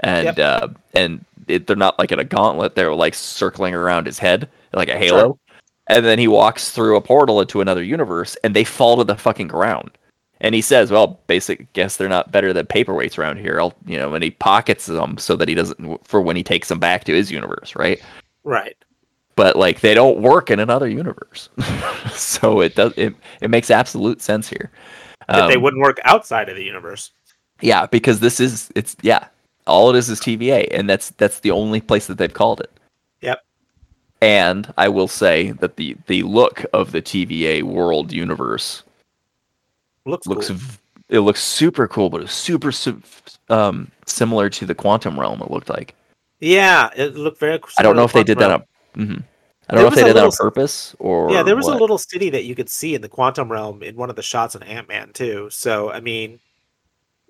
S1: and uh, and it, they're not like in a gauntlet. They're like circling around his head like a halo, and then he walks through a portal into another universe, and they fall to the fucking ground. And he says, "Well, basic guess they're not better than paperweights around here." I'll, you know, and he pockets them so that he doesn't for when he takes them back to his universe, right?
S2: Right.
S1: but like they don't work in another universe [LAUGHS] so it does it, it makes absolute sense here
S2: That they
S1: Um,
S2: wouldn't work outside of the universe.
S1: yeah because this is it's yeah all it is is tva and that's that's the only place that they've called it
S2: Yep.
S1: and i will say that the the look of the tva world universe
S2: Looks
S1: looks
S2: cool.
S1: v it looks super cool but it's super su- um similar to the quantum realm it looked like
S2: Yeah, it looked very.
S1: i don't know
S2: similar
S1: if they
S2: to
S1: did that
S2: Quantum
S1: on mhm. i
S2: There
S1: don't know
S2: was
S1: if they
S2: a
S1: did that on
S2: little-
S1: purpose or
S2: Realm. Yeah, there was
S1: what.
S2: a little city that you could see in the quantum realm in one of the shots in Ant Man too. So I mean,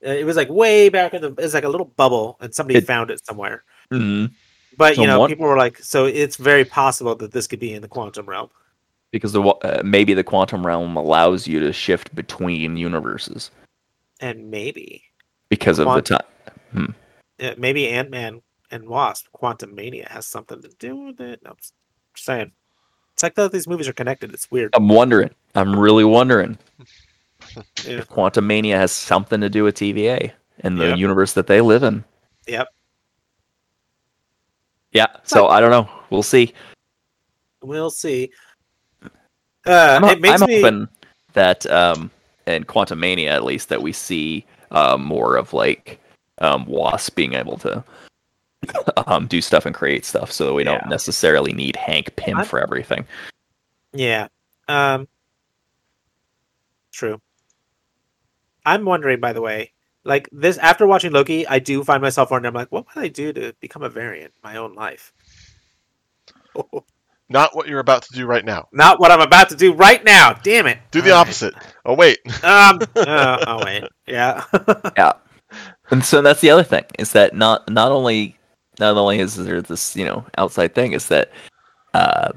S2: uh, it was like way back in the. It was like a little bubble, and somebody
S1: It-
S2: found it somewhere.
S1: Mhm.
S2: But you
S1: So
S2: know,
S1: what-
S2: people were like, so it's very possible that this could be in the quantum realm.
S1: because the wa- uh, maybe the quantum realm allows you to shift between universes
S2: And maybe,
S1: because of
S2: Quant-
S1: the time.
S2: uh, maybe Ant Man and Wasp, Quantum Mania, has something to do with it. No, I'm just saying. It's like that these movies are connected. It's weird.
S1: I'm wondering. I'm really wondering
S2: [LAUGHS] Yeah.
S1: if quantum mania has something to do with TVA and the
S2: Yep.
S1: universe that they live in.
S2: Yep.
S1: Yeah, so I don't know. We'll see.
S2: We'll see. Uh,
S1: I'm,
S2: it makes
S1: I'm
S2: me.
S1: hoping that um, in Quantum Mania, at least, that we see uh, more of like um, Wasp being able to [LAUGHS] um, do stuff and create stuff, so we
S2: Yeah.
S1: don't necessarily need Hank Pym
S2: I'm-
S1: for
S2: [LAUGHS]
S1: everything.
S2: Yeah. Um True. I'm wondering by the way, like this after watching Loki, I do find myself wondering I'm like, what would I do to become a variant in my own life? [LAUGHS]
S3: Not what you're about to do right now.
S2: Not what I'm about to do right now. Damn it.
S3: Do the
S2: All right.
S3: opposite. Oh wait.
S2: Um
S3: [LAUGHS]
S2: uh, oh wait. Yeah. [LAUGHS]
S1: And so that's the other thing is that not not only not only is there this you know outside thing is that uh,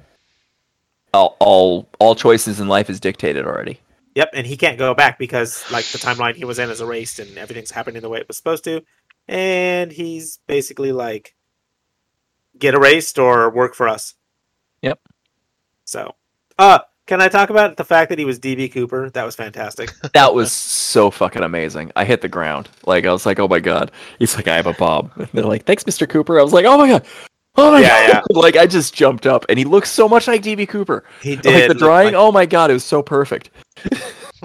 S1: all, all all choices in life is dictated already.
S2: yep, and he can't go back because like the timeline he was in is erased and everything's happening the way it was supposed to. And he's basically like get erased or work for us.
S1: Yep.
S2: So, uh, can I talk about the fact that he was DB Cooper? That was
S1: [LAUGHS]
S2: fantastic.
S1: That was so fucking amazing. I hit the ground. Like I was like, oh my god. He's like, I have a bob. [LAUGHS] And they're like, thanks, Mr. Cooper. I was like, oh my god. Oh my
S2: Yeah,
S1: god. [LAUGHS] Like I just jumped up and he looks so much like DB Cooper.
S2: He did
S1: like the
S2: look
S1: drawing,
S2: like-
S1: oh my god, it was so perfect.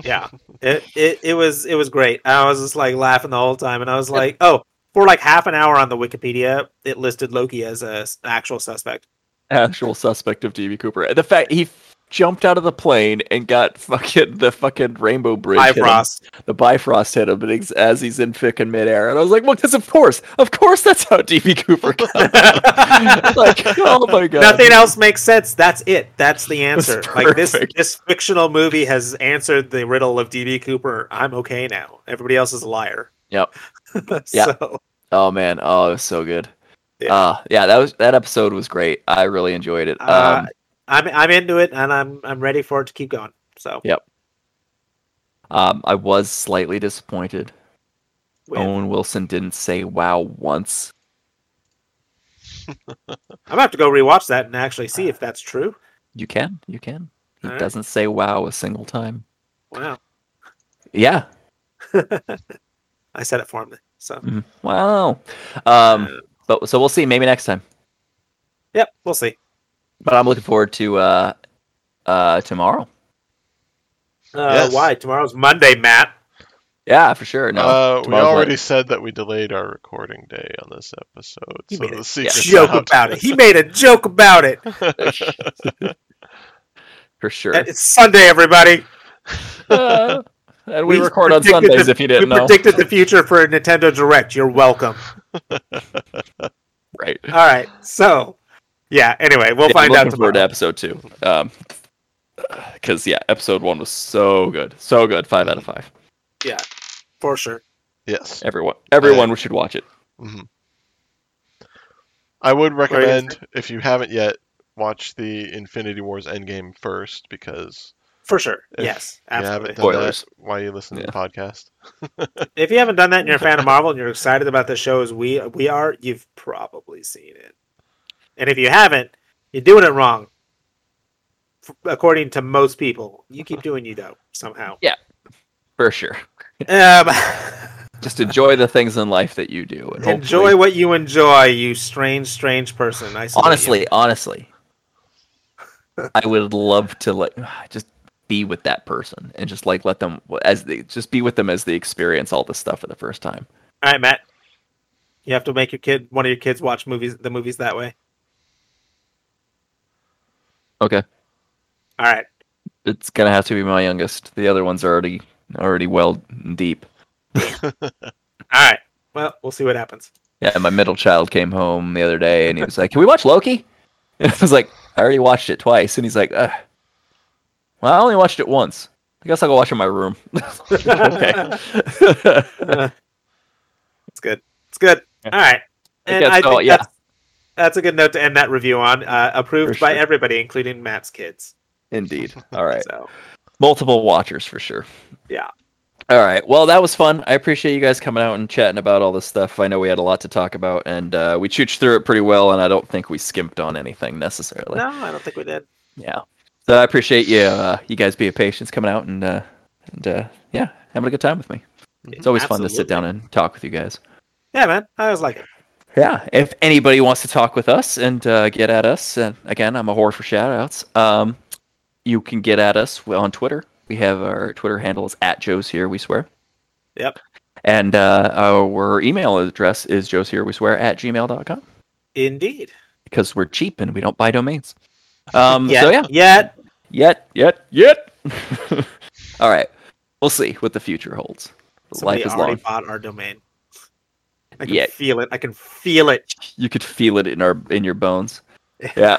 S2: yeah, it, it it was it was great. I was just like laughing the whole time, and I was like, oh, for like half an hour on the Wikipedia, it listed Loki as a s- actual suspect.
S1: Actual suspect of DB Cooper. The fact he jumped out of the plane and got fucking the fucking rainbow bridge. hit him. [LAUGHS]
S2: Bifrost.
S1: The Bifrost hit him and he's, as he's in fucking midair. And I was like, look, that's of course. Of course that's how DB Cooper [LAUGHS] got like, oh my god.
S2: Nothing else makes sense. That's it. That's the
S1: was
S2: answer. Like this
S1: perfect.
S2: this fictional movie has answered the riddle of DB Cooper. I'm okay now. Everybody else is a liar. [LAUGHS]
S1: Yep. Yeah.
S2: so,
S1: Oh man, oh, it was so good.
S2: Yeah.
S1: Yeah. Uh, yeah, that was that episode was great. I really enjoyed it. Um,
S2: Uh, I'm I'm into it, and I'm I'm ready for it to keep going. So
S1: um, I was slightly disappointed.
S2: with-
S1: Owen Wilson didn't say "wow" once.
S2: I'm gonna have to go rewatch that and actually
S1: Uh.
S2: see if that's true.
S1: You can, you can. He
S2: Alright.
S1: doesn't say "wow" a single time.
S2: Wow,
S1: Yeah,
S2: I said it for him. So uh,
S1: mhm. wow. Um, but so we'll see. Maybe next time.
S2: yep, we'll see.
S1: But I'm looking forward to uh, uh, tomorrow.
S2: Uh,
S3: Yes.
S2: Why tomorrow's Monday, Matt?
S1: Yeah, for sure. No,
S3: uh, we
S1: tomorrow's
S3: already
S1: later.
S3: said that we delayed our recording day on this episode,
S2: You
S3: so
S2: made a
S3: the secret's
S2: joke
S3: out.
S2: about it. He made a joke about it.
S1: for sure.
S2: [LAUGHS] It's Sunday, everybody.
S1: Uh, [LAUGHS] and we,
S2: we
S1: record on
S2: predicted
S1: Sundays
S2: the-
S1: if you didn't
S2: we
S1: know.
S2: predicted the future for Nintendo Direct.
S1: [LAUGHS]
S2: You're welcome.
S1: Right.
S2: All right, so yeah. Anyway, we'll
S1: Yeah,
S2: find out
S1: looking forward to
S2: tomorrow.
S1: episode two. Um, because yeah, episode one was so good, so good. Five out of five.
S2: For sure.
S3: yes.
S1: Everyone, everyone should watch it.
S3: Mhm. I would recommend if you haven't yet, watch the Infinity Wars Endgame first because
S2: For sure.
S3: If
S2: yes.
S3: you haven't
S2: Absolutely.
S3: done
S1: Spoilers.
S3: that. Why you listen to the podcast?
S2: If you haven't done that and you're a
S3: [LAUGHS]
S2: fan of Marvel and you're excited about the show as we we are, you've probably seen it. And if you haven't, you're doing it wrong. F- According to most people, you keep doing you though
S1: [LAUGHS]
S2: somehow.
S1: For sure.
S2: Um, [LAUGHS]
S1: Just enjoy the things in life that you do, and
S2: enjoy
S1: hopefully-
S2: what you enjoy, you strange, strange person. I salute you.
S1: honestly, honestly, I would love to like [SIGHS] just be with that person and just like let them as they just be with them as they experience all this stuff for the first time.
S2: All right, Matt. You have to make your kid one of your kids watch movies the movies that way.
S1: Okay.
S2: All right.
S1: It's gonna have to be my youngest. The other ones are already already well deep.
S2: All right. Well, we'll see what happens. [LAUGHS]
S1: Yeah, my middle child came home the other day and he was like, "Can we watch Loki?" [LAUGHS] And I was like, "I already watched it twice." And he's like, Ugh. "Well, I only watched it once. I guess I'll go watch it in my room." [LAUGHS] okay. [LAUGHS]
S2: It's good. It's good.
S1: Yeah.
S2: All right. And
S1: guess
S2: I
S1: so,
S2: think
S1: yeah.
S2: that's, that's a good note to end that review on. Uh, approved
S1: For
S2: by
S1: sure.
S2: everybody, including Matt's kids.
S1: Indeed. All
S2: [LAUGHS]
S1: right.
S2: So
S1: Multiple watchers for sure.
S2: Yeah.
S1: All right. Well, that was fun. I appreciate you guys coming out and chatting about all this stuff. I know we had a lot to talk about, and uh, we chooched through it pretty well. And I don't think we skimped on anything necessarily.
S2: no, I don't think we did.
S1: Yeah. So I appreciate you, uh, you guys, being patient, coming out, and uh, and uh, yeah,
S2: Mm-hmm.
S1: having a good time with me. It's always fun to sit down and talk with you guys.
S2: Yeah, man. I was like, it.
S1: yeah, if anybody wants to talk with us and uh, get at us, and again, I'm a whore for shout outs, um, you can get at us on Twitter. We have our Twitter handle is at Joe's Here, we swear.
S2: Yep.
S1: And uh, our email address is Joe's Here, we swear, at gmail.com
S2: Indeed.
S1: because we're cheap and we don't buy domains.
S2: [LAUGHS]
S1: Um,
S2: Yet,
S1: So, yeah,
S2: Yet.
S1: yet, yet, yet. [LAUGHS] All right. We'll see what the future holds.
S2: Somebody
S1: Life is
S2: already
S1: long.
S2: bought our domain. I can
S1: Yeah.
S2: feel it. I can feel it.
S1: You could feel it in our in your bones.
S2: [LAUGHS]
S1: Yeah.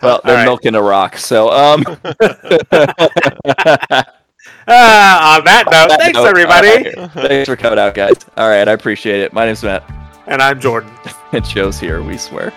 S1: Well,
S2: All
S1: they're
S2: right. Oh,
S1: milking a rock. So,
S2: [LAUGHS]
S1: um,
S2: Ah, on that note,
S1: that
S2: thanks
S1: note,
S2: everybody.
S1: thanks for uh, coming out, guys. All right, I appreciate it. My name's Matt,
S2: And I'm Jordan.
S1: and Joe's here. We swear.